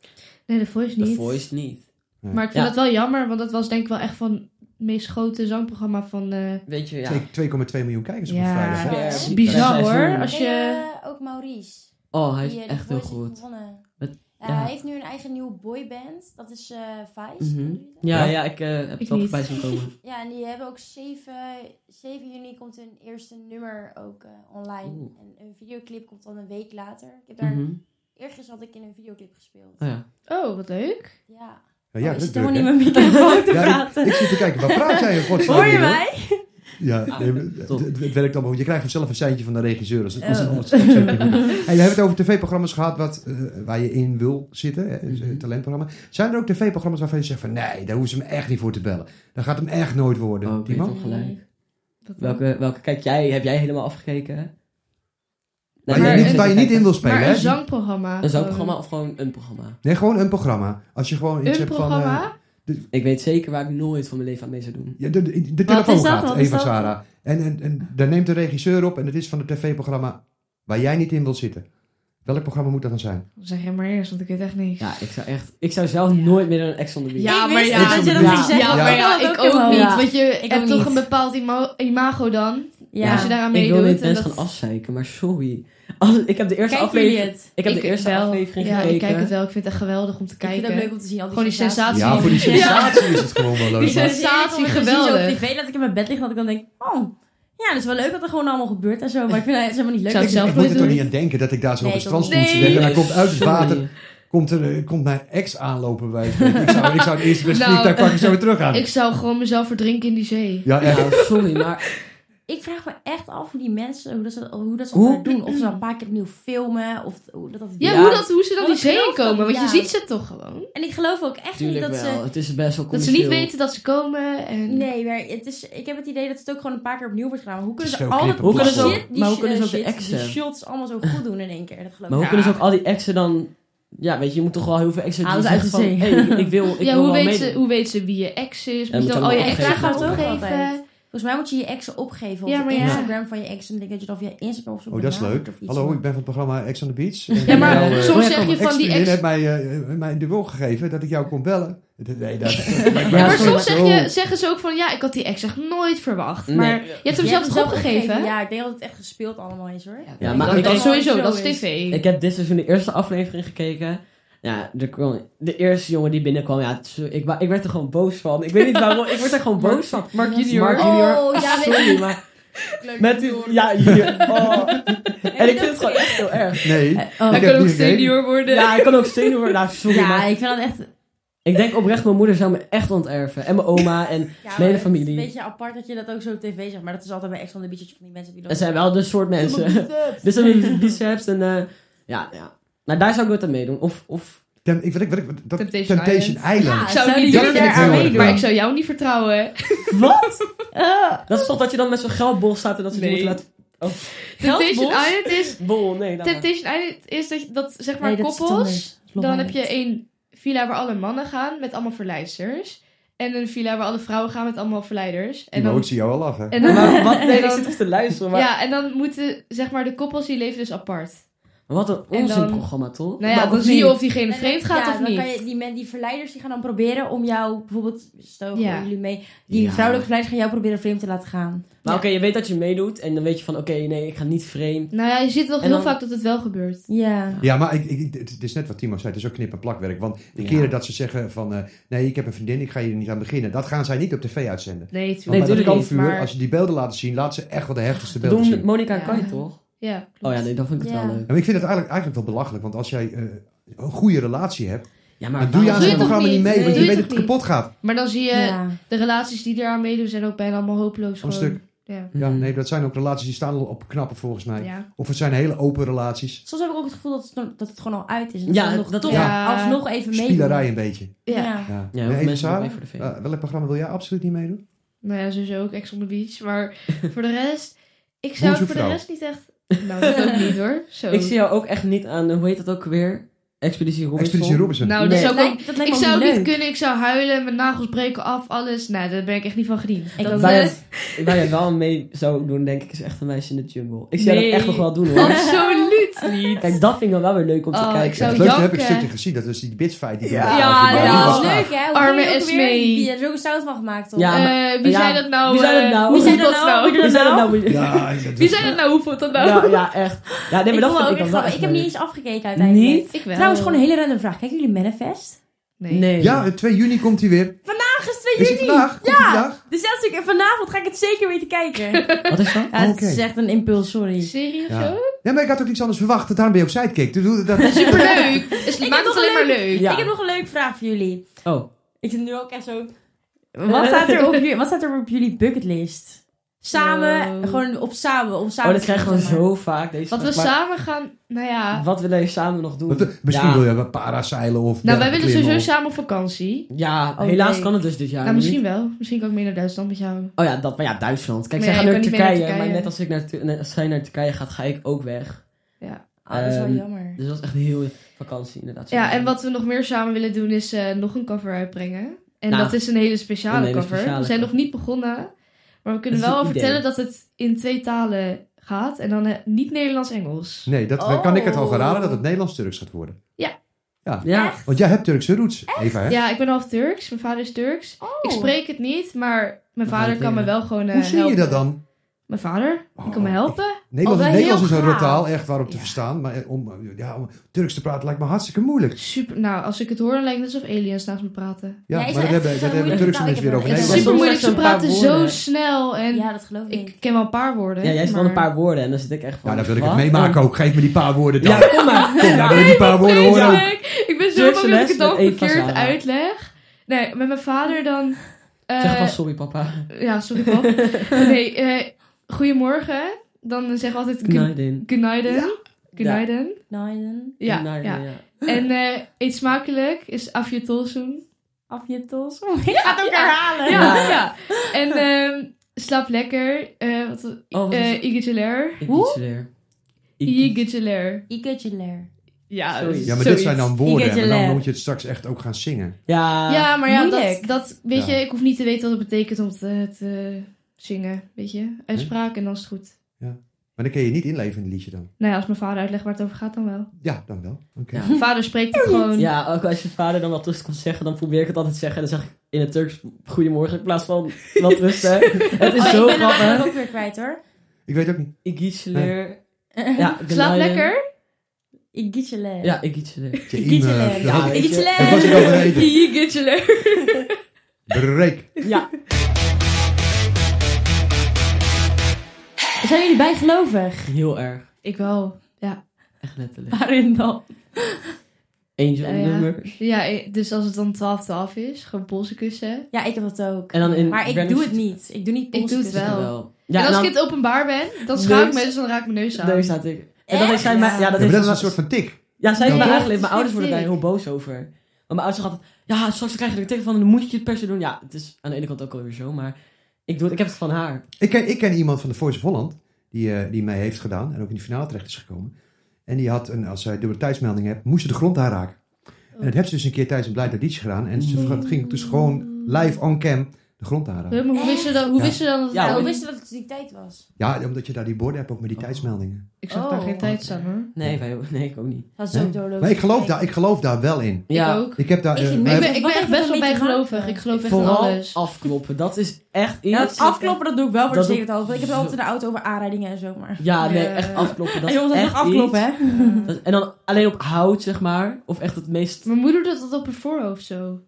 F: Nee, de voice
G: de
F: niet.
G: voice niet.
F: Maar ik vind
G: Ja.
F: dat wel jammer, want dat was denk ik wel echt van meest grote zangprogramma van... eh,
G: Weet je, ja.
D: Twee- 2,2 miljoen kijkers op
F: Ja.
D: een vrijdag. hè?
G: Ja,
F: het is
G: ja.
F: bizar
G: Ja.
F: hoor.
E: En
F: Als je...
E: eh, ook Maurice.
G: Oh, hij is
E: die, eh, de
G: echt heel
E: Voice heeft
G: goed.
E: gewonnen.
G: Met-
E: Ja,
G: ja.
E: Hij heeft nu een eigen nieuwe boyband. Dat is eh Vice.
G: Mhm.
E: kennen jullie dat?
G: Ja,
D: Ja?
G: ja, ik eh, heb
F: Ik
G: het al
F: niet.
G: voorbij zien komen.
E: Ja, en die hebben ook 7, 7 juni komt hun eerste nummer ook eh, online.
G: Oeh.
E: En een videoclip komt dan een week later. Ik heb daar,
G: Mhm.
E: Eergisteren had ik in een videoclip gespeeld.
G: Oh, ja.
F: Oh, wat leuk.
E: Ja.
D: Ja, ja,
E: oh,
D: dat
E: ik
D: is
E: zit helemaal
D: druk,
E: niet
D: hè?
E: met microfoon te
D: Ja, ik-
E: praten.
D: ik, zit te kijken, waar praat jij in godsnaam
E: Hoor je
D: over?
E: mij?
D: Ja, nee, maar het,
G: Top.
D: het- het werkt allemaal. Je krijgt vanzelf een seintje van de regisseur. Als het, als het,
E: Oh.
D: als het- als het- hey, we hebben het over tv-programma's gehad wat, eh, waar je in wil zitten. Hè, dus, eh,
G: Mhm.
D: talentprogramma. Zijn er ook tv-programma's waarvan je zegt van... Nee, daar hoeven ze me echt niet voor te bellen. Dat gaat hem echt nooit worden.
G: Oh, ik weet
D: Timo?
G: toch gelijk.
F: Wat
G: Welke, welke kijk jij, heb jij helemaal afgekeken? hè?
D: Waar,
F: Maar
D: je niet,
F: een-
D: waar je niet in wil spelen.
F: Maar
D: hè?
F: een zangprogramma.
G: Een
F: gewoon.
G: programma of gewoon een programma?
D: Nee, gewoon een programma. Als je gewoon iets
F: Een
D: hebt van... eh,
F: programma?
G: Ik weet zeker waar ik nooit van mijn leven aan mee zou doen.
D: ja, de, de, de
E: Wat
D: telefoon
E: is dat?
D: gaat,
E: Wat is
D: Eva
E: dat?
D: Sara. En, en, en daar neemt de regisseur op en het is van het tv-programma waar jij niet in wilt zitten. Welk programma moet dat dan zijn?
F: Zeg jij maar eerst, want ik weet echt niks.
G: Ja, ik zou echt... Ik zou zelf
F: Ja.
G: nooit meer een ex on the beach.
E: Ja, Ik wist
D: dat je dat ging
F: Ja,
D: zeggen.
F: maar
E: Ik
F: ja,
E: wil dat
F: ik
E: ook
F: ook
E: helemaal.
F: niet.
E: Ja.
F: Want je
E: ook
F: hebt toch
E: niet.
F: een bepaald ima- imago dan.
E: Ja.
F: Als je daaraan
G: Ik wil
F: meedoet.
G: dit
F: en
G: best
F: dat-
G: gaan afzeiken, maar sorry. Als- ik heb de eerste
E: Kijken jullie
G: aflevering...
E: het?
G: Ik heb de
F: Ik
G: eerste
F: wel.
G: aflevering
F: ja,
G: gekeken.
F: ik kijk het wel. Ik vind het echt geweldig om te
E: Ik vind
F: kijken.
E: het ook leuk om te zien. Al die
F: Gewoon die sensatie.
D: Ja, voor die sensatie Oh, is het gewoon wel leuk.
F: Die
D: maar-
F: sensatie,
E: Ik zie ze
F: geweldig.
E: op tv dat ik in mijn bed lig en dat ik dan denk, oh, ja, dat is wel leuk dat er gewoon allemaal gebeurt en zo. Maar ik vind het helemaal niet leuk.
F: Zou het
E: dat je-
F: zelf
D: Ik moet er toch
F: doen.
D: niet aan denken dat ik daar zo
E: Nee,
D: op het
E: toch
D: strand
E: niet.
D: stond te
F: Nee.
D: liggen. En dan komt uit het
G: Sorry.
D: water komt er, eh, komt mijn ex aanlopen. Bij. Ik, zou, ik zou het eerste best
F: Nou,
D: vliegtuig pakken en zo weer terug gaan.
F: Ik zou gewoon mezelf verdrinken in die zee.
D: Ja, echt.
G: Ja, sorry, maar...
E: Ik vraag me echt af hoe die mensen, hoe dat ze, hoe dat, ze
G: Hoe?
E: dat doen. Of ze een paar keer opnieuw filmen. Of hoe dat, dat
F: Ja,
G: Ja.
F: Hoe, dat, hoe ze dan
E: Want
F: die
E: ik
F: zee
E: geloof dat-
F: komen. Want
E: ja.
F: je ziet ze toch gewoon.
E: En ik geloof ook echt niet
G: Tuurlijk
E: dat
G: wel.
E: ze...
G: Het is best wel
F: Dat ze niet
G: commercieel.
F: weten dat ze komen. En...
E: Nee, maar het is, ik heb het idee dat het ook gewoon een paar keer opnieuw wordt gedaan. Maar Hoe kunnen
D: Het
E: ze
D: is
E: al
D: veel
E: dat
G: Hoe kunnen ze
E: shit,
G: ook-
E: die
G: maar hoe
E: sh-
G: kunnen ze
E: eh,
G: ook de
E: shit,
G: exen?
E: die shots allemaal zo goed doen in één keer? Dat geloof
G: Maar hoe
E: ik
G: kunnen ze ook al die exen dan... Ja, weet je, je moet toch wel heel veel exen
E: Halen
G: doen.
E: ze uit
G: Zeggen
E: de
G: van,
E: zee.
G: hey, ik wil, ik
F: ja,
G: wil
F: hoe
G: wel
F: weet, ze,
G: meedoen.
F: hoe weet ze wie je ex is? Moet je
G: moet
F: dan
G: dan
F: al
D: Oh,
F: je
G: ook
F: exen
G: opgeven.
F: gaan
E: Ja, dat ook
F: opgeven?
E: altijd. Volgens mij moet je je exen opgeven op
F: Ja,
E: de
F: maar ja.
E: Instagram van je ex. En ik denk dat je dan via Instagram of zo
D: Oh, dat is
E: benadert
D: leuk.
E: of iets.
D: Hallo, ik ben van het programma Ex on the Beach.
F: Ja, maar
G: Ja, eh,
F: soms
G: ja,
F: zeg
G: kom,
F: je van die
D: ex
F: ex...
D: heeft mij, eh, mij de wil gegeven dat ik jou kon bellen. Nee, dat
G: Ja,
F: maar
G: sorry.
F: soms zeg je, zeggen ze ook van... Ja, ik had die ex echt nooit verwacht.
G: Nee.
F: Maar je hebt hem
E: Je
F: zelf
E: hebt
F: toch
E: het
F: opgegeven?
E: Ja, ik denk dat het echt gespeeld allemaal is hoor. Oh,
G: Ja, maar
F: dat
G: ik-
F: dat
G: ik-
F: sowieso, dat
E: Zo
F: is
E: is.
F: tv.
G: Ik heb dit seizoen de eerste aflevering gekeken. Ja, er kwam, de eerste jongen die binnenkwam, ja, het is- ik, wa- ik werd er gewoon boos van. Ik weet niet waarom, ik werd er gewoon boos van.
F: Mark
G: Junior. Mark Junior.
E: Oh, ja, weet
G: Sorry, maar met u, ja, hier. Oh. En ik vind het gewoon echt heel erg.
D: Nee.
E: Oh.
F: Hij
D: Ik heb
F: kan ook
D: niet gekeken.
F: senior worden.
G: Ja, ik kan ook senior worden. Nou, sorry,
E: Ja,
G: maar
E: ik vind dat echt...
G: ik denk oprecht, mijn moeder zou me echt onterven. En mijn oma en
E: Ja,
G: mijn hele
E: maar Het is
G: familie.
E: een beetje apart dat je dat ook zo op tv zegt. Maar dat is altijd bij Ex on the Beach dat je van die mensen hebt die
G: Dat
E: dan-
G: zijn wel de soort mensen. Dus dan die biceps en eh, ja, ja. Nou, daar zou ik nooit aan meedoen. Of, of
D: Tem- ik, wat ik, wat ik- dat,
F: Temptation
D: Temptation, Island.
E: Ja,
F: Ik zou
E: zouden
F: niet
D: jullie
F: durven,
D: daar aan meedoen?
F: maar ik zou jou niet vertrouwen.
G: Wat? dat is toch dat je dan met zo'n geldbol staat en dat ze die
F: Nee.
G: moeten laten...
E: Oh,
F: Temptation
E: Geldbos?
F: Island is...
G: Bol, nee. laat maar.
F: Temptation Island is dat, dat zeg maar
E: Nee, dat is toch
F: koppels...
E: niks.
F: Dan heb je een villa waar alle mannen gaan met allemaal verleidsters. En een villa waar alle vrouwen gaan met allemaal verleiders. En
D: Timo, ik
F: dan,
D: zie jou al oh, lachen.
F: en dan,
G: Maar wat? Nee,
F: en
G: ik
F: dan-
G: zit op te luisteren. Maar
F: ja, en dan moeten zeg maar de koppels die leven dus apart.
G: wat een
F: En dan-
G: onzinprogramma, toch?
F: Nou
G: Maar
F: ja,
G: ook
F: dan
G: niet.
F: zie je of diegene
E: En dan-
F: vreemd gaat
E: ja,
F: of
E: dan
F: niet.
E: Kan je, die, men, die verleiders die gaan dan proberen om jou, bijvoorbeeld, stel
F: Ja.
E: gewoon jullie mee, die
G: Ja.
E: vrouwelijke verleiders gaan jou proberen vreemd te laten gaan.
G: Maar oké, je weet dat je meedoet en dan weet je van, oké, nee, ik ga niet vreemd.
F: Nou ja, je ziet wel
G: En
F: heel
G: dan-
F: vaak dat het wel gebeurt.
E: Ja.
D: Ja, maar ik, ik- ik- het is net wat Timo zei. Het is ook knip- en plakwerk. Want de
G: Ja.
D: keren dat ze zeggen van... eh, nee, ik heb een vriendin, ik ga hier niet aan beginnen. Dat gaan zij niet op tv uitzenden.
F: Nee,
D: Want
G: Nee,
F: tuurlijk
D: bij dat
G: tuurlijk niet,
F: niet.
D: kampvuur,
F: Maar,
D: als ze die beelden laten zien... laten ze echt wel de heftigste
G: Dat
D: beelden zien.
G: doen Monika
F: Ja.
G: en Kai, toch?
F: ja, klopt.
G: Oh ja, nee, dan vind ik het
E: Ja.
G: wel leuk.
D: Ja, maar ik vind het eigenlijk, eigenlijk wel belachelijk. Want als jij eh, een goede relatie hebt...
G: Ja,
D: dan doe je aan
F: doe
D: zo'n
F: je toch
D: programma niet
F: niet?
D: mee.
F: Nee,
D: want je,
F: doe je
D: weet dat
F: toch
D: het kapot gaat.
F: maar dan zie je
E: Ja.
F: de relaties die eraan meedoen zijn ook bijna allemaal hopeloos.
D: Een
F: Gewoon.
D: stuk.
F: Ja.
D: Ja, nee, dat zijn ook relaties die staan al op knappen volgens mij.
F: Ja.
D: Of het zijn hele open relaties.
E: Soms heb ik ook het gevoel dat het, nog- dat het gewoon al uit is. En
G: Ja,
E: dat, ze nog
G: dat-
E: toch
F: ja.
E: alsnog even mee.
D: Spielerij een beetje.
E: Ja.
F: Ja.
D: Ja.
G: Ja,
D: Nee,
G: of
D: even
G: mensen
D: Sarah,
G: doen mee voor de film.
D: eh, welk programma wil jij absoluut niet meedoen?
F: Nou ja, sowieso ook Ex on the Beach. Maar voor de rest, ik zou
D: Hoe is
F: het
D: uw
F: voor
D: vrouw?
F: de rest niet echt... Nou, dat ook niet hoor. Zo.
G: Ik zie jou ook echt niet aan, hoe heet dat ook weer? Expeditie Robinson.
D: Expeditie Robinson.
F: Nou,
G: Nee.
F: dat zou ik ook
E: dat lijkt
F: Ik
E: me ook
F: zou
E: niet
F: niet
E: leuk.
F: kunnen, ik zou huilen, mijn nagels breken af, alles. Nee, daar ben ik echt niet van gediend.
E: Ik ook
G: Waar
E: niet.
G: je, waar je wel mee zou doen, denk ik, is echt een meisje in de jungle. Ik zie jou dat
F: Nee.
G: echt nog wel doen, hoor.
F: Absoluut Absoluut niet.
G: Kijk, dat vind ik dan wel weer leuk om te
F: Oh,
G: kijken.
F: ik zou-
D: het leukste heb ik een
F: janken.
D: stukje gezien. Dat is die bitfight. Die
G: Ja,
F: ja,
D: die- die
F: ja.
D: was
E: Ah, dat is
D: gaaf.
E: leuk, hè? Hoe
F: Arme
E: heet die ook
F: SME.
E: alweer? Die er is ook een sound van gemaakt, toch?
G: Ja,
F: Eh, wie
G: ja,
F: zei dat nou?
G: wie zei dat
F: eh,
G: nou?
F: Hoe
G: Wie
E: zei
F: voelt
E: dat
F: dat
E: nou?
F: nou?
G: Wie zijn dat nou?
D: Ja, dat
F: Wie
D: was-
F: zei dat nou? Hoe voelt dat nou?
G: Ja, ja, echt. Ja, nee, maar
E: ik
G: dat vind ik
E: vond het ook
G: dan
E: echt
G: wel
E: grappig.
G: echt
E: Ik heb niet
G: leuk.
E: eens afgekeken uiteindelijk.
G: Niet?
F: Ik wel.
E: Trouwens, gewoon een hele random vraag. Kijken jullie Manifest?
F: Nee.
G: Nee.
D: Ja, 2 juni komt hij weer.
E: Vandaag is 2
D: Is het
E: juni.
D: vandaag? Komt hij vandaag?
E: Dus dat is ik, en vanavond ga ik het zeker weten kijken. ja,
G: Wat is dat?
E: het
D: Oké.
E: is echt een impuls, sorry.
F: Serie of
D: Ja.
F: zo?
D: Ja, maar ik had ook niks anders verwacht. Daarom ben je ook sidekick. Dus Dat, dat,
F: Superleuk. Dus
E: heb
F: maakt
E: nog
F: het alleen
E: een
F: maar
E: leuk-
F: leuk.
G: Ja.
E: Ik heb nog een leuke vraag voor jullie.
G: Oh.
E: Ik zit nu ook echt zo... Wat staat er op jullie, wat staat er op jullie bucketlist? Samen,
F: Oh.
E: gewoon op samen. Om samen
G: oh, dat
E: te
G: krijgen we
E: doen, zeg maar.
G: zo vaak. Deze
F: Wat we
G: vraag. Maar
F: samen gaan... Nou ja.
G: Wat willen jullie samen nog doen?
D: dat- eh, misschien
G: ja.
D: wil je wel paraseilen of
F: Nou, wij
D: bergen
F: willen
D: klimmen
F: sowieso
D: of-
F: samen op vakantie.
G: Ja,
E: Oh,
G: helaas
E: nee.
G: kan het dus dit jaar
F: nou,
G: niet.
F: misschien wel. Misschien kan ik mee naar Duitsland met jou.
G: Oh ja, dat, maar ja, Duitsland. Kijk,
F: Nee,
G: zij gaan
F: je
G: naar
F: kan niet mee naar
G: Turkije, maar
F: Turkije.
G: net als, ik naar, Tu- net als zij naar Turkije gaat, ga ik ook weg.
E: Oh, dat is wel
G: Ehm,
E: jammer.
G: Dus dat is echt een heel vakantie, inderdaad.
F: Ja, en wat we nog meer samen willen doen is eh, nog een cover uitbrengen. En
G: Nou,
F: dat is een hele speciale
G: een hele
F: cover.
G: speciale
F: we zijn nog
G: cover.
F: niet begonnen. Maar we kunnen
G: Dat is
F: wel al
G: een idee.
F: vertellen dat het in twee talen gaat. En dan eh, niet Nederlands-Engels.
D: Nee, dat dan kan ik het al
E: Oh.
D: geraden dat het Nederlands-Turks gaat worden.
G: Ja,
E: Echt?
D: Want jij hebt Turkse roots, Eva, hè?
F: Ja, ik ben half Turks. Mijn vader is Turks.
E: Oh.
F: Ik spreek het niet, maar mijn
G: We gaan
F: vader
G: het
F: kan me
G: leren.
F: wel gewoon eh,
D: Hoe zie je
F: helpen.
D: dat dan?
F: Mijn vader? Die kan me
D: Oh,
F: helpen.
D: Nederlands,
E: Oh, wel
D: Nederlands is
E: heel
D: een
E: gaaf.
D: rotaal, echt waarop te
F: Ja.
D: verstaan. Maar eh, om, eh, ja, om Turks te praten lijkt me hartstikke moeilijk.
F: Super. Nou, als ik het hoor, dan lijkt het alsof aliens naast me praten.
D: Ja,
E: Ja, is
D: maar dat
E: echt
D: hebben, dat
E: zo'n
D: hebben
E: moeilijke
D: Turkse
E: taal.
D: mensen weer
E: Ik heb
D: over
E: er
G: echt-
D: Nederland.
F: Super moeilijk.
G: soms
F: Ze
G: zijn er een
F: praten
G: paar
F: zo
G: woorden.
F: snel. En
E: Ja, dat geloof ik.
F: ik ken wel een paar woorden.
G: ja jij zegt wel
F: maar-
G: een paar woorden en dan zit ik echt van...
D: Ja, dan wil ik het
G: wat? Oh,
D: meemaken ook. Geef me die paar woorden dan.
G: Ja, kom maar.
D: Kom, nou wil ik die paar woorden
F: Nee,
D: horen.
F: Jack, Ik ben zo
G: Turkse
F: bang dat ik
G: les
F: het dan
G: met Eva
F: verkeerd
G: Zara.
F: uitleg. Nee, met mijn vader dan... eh,
G: Zeg wel sorry, papa.
F: ja, sorry pap. nee, eh, goedemorgen. Dan zeg ik altijd... gu-
G: Knijden.
F: Goenaiden. Goenaiden.
E: Nijden,
F: Ja, ja. En eh, eet smakelijk is afje tolsoen.
E: af je tos. Ik ga het ook herhalen.
F: Ja,
G: Ja.
F: ja. En ehm, slaap lekker. Eh wat,
G: Oh, wat is
F: eh, Igeteler.
G: Ik
E: Hoe?
G: iets weer.
F: Igeteler.
E: Ik get je leer.
F: Ja, dus
G: Zoiets.
D: Ja, maar dit
F: zoiets.
D: zijn dan
E: Ik
D: woorden.
E: weet
D: En
E: je
D: dan
E: les.
D: moet je het straks echt ook gaan zingen.
G: Ja.
F: Ja, maar ja, dat,
E: Eh, Moeilijk.
F: dat weet
D: Ja.
F: je, ik hoef niet te weten wat het betekent om te, te zingen, weet je. Uitspraak
G: Hm?
F: en dan is het goed.
D: Maar dan kun je niet inleven in het liedje dan.
F: Nou ja, als mijn vader uitlegt waar het over gaat, dan wel.
D: Ja, dan wel. Oké.
G: Ja.
F: Mijn vader spreekt het gewoon.
G: Hm? Ja, ook als je vader dan wat rust komt zeggen, dan probeer ik het altijd te zeggen. En dan zeg ik in het Turks goedemorgen in plaats van wat rust. hè. het is
E: Oh,
G: zo
E: ik ben er
G: grappig.
E: ook weer kwijt hoor.
D: Ik weet ook niet.
G: Ik iets leer. Ja,
F: Slaap
G: Gnaiden.
F: lekker.
E: Ik get je leer.
G: Ja, ik iets leer.
D: Tje,
E: Ik get je
D: Ime,
E: leer.
D: dat had
G: Ja.
D: ik-
E: Ik get je leer.
D: Dat was ik al vergeten.
F: Je kunt je leuk.
D: Breek.
G: Ja.
E: Zijn jullie bijgelovig?
G: Heel erg.
F: Ik wel.
G: Echt letterlijk.
E: Waarin dan?
G: Angel
F: Ja, Oh, ja.
G: nummer.
F: Ja, eh, dus als het dan 12 te af is, gewoon polsen kussen.
E: Ja, ik heb dat ook.
G: En dan in
E: maar ik
G: Greenwich-
E: doe het niet. Ik doe niet
F: Ik doe het
E: polskussen.
F: wel.
G: Ja,
F: en
G: en
F: als
G: dan,
F: ik in het openbaar ben, dan schaak ik
G: Neus.
F: me, dus dan raak ik mijn neus aan.
G: daar staat ik. En dat
E: Echt?
G: is zijn mij- ja,
D: Ja,
G: dat
D: maar
G: is
D: dat is
G: dan-
D: een soort van tik.
G: Ja, zij heeft
F: Ja.
G: mij
F: Dat is
G: aangeleerd. Mijn ouders
F: echt
G: worden daar
F: ziek.
G: heel boos over. Maar mijn ouders zeggen altijd, ja, straks krijg je er tegen van, dan moet je het per se doen. Ja, het is aan de ene kant ook alweer zo, maar ik, doe het, ik heb het van haar.
D: Ik ken, ik ken iemand van de Voice of Holland die, eh, die mee heeft gedaan en ook in de finale terecht is gekomen. En die had, een, als zij dubbele tijdsmelding hebt, moest ze de grond aanraken. En dat heeft ze dus een keer tijdens een blind auditie gedaan. En ze vra- ging dus gewoon live on cam de grond
F: Huh,
D: aanraken.
F: maar hoe wist je dan, hoe
D: Ja.
F: wist je dan dat het
G: Ja,
E: Ja,
F: nou-
E: hoe wist je dat het die tijd was?
D: Ja, omdat je daar die borden hebt ook met die
G: Oh.
D: tijdsmeldingen.
F: Ik zag daar
E: Oh.
F: geen tijd staan hoor.
G: Nee, wij, nee ik ook niet.
E: Dat
D: Hè?
E: is ook doorlopen.
D: Maar ik geloof, daar, ik geloof daar wel in.
G: Ja,
F: Ik ook.
D: Ik heb daar...
E: Ik
D: eh,
E: niet.
D: wij-
F: Ik
E: Maar
F: ben, ik ben
E: wat
F: echt
E: heeft dat
F: best wel
E: mee te
F: bijgelovig.
E: maken?
F: Ik geloof echt in
G: Vooral
F: alles.
G: afkloppen, dat is echt
E: Ja,
G: iets.
E: het afkloppen, dat doe ik wel voor de
G: Dat doe-
E: zekerheid over. Ik heb altijd in de auto over aanrijdingen en zo, maar...
G: Ja, nee,
F: Ja.
G: echt afkloppen. Dat
E: en jongens,
G: is
E: dat
G: echt
E: is nog afkloppen, hè?
G: hè? en dan alleen op hout, zeg maar. Of echt het meest...
F: Mijn moeder doet dat op haar voorhoofd zo.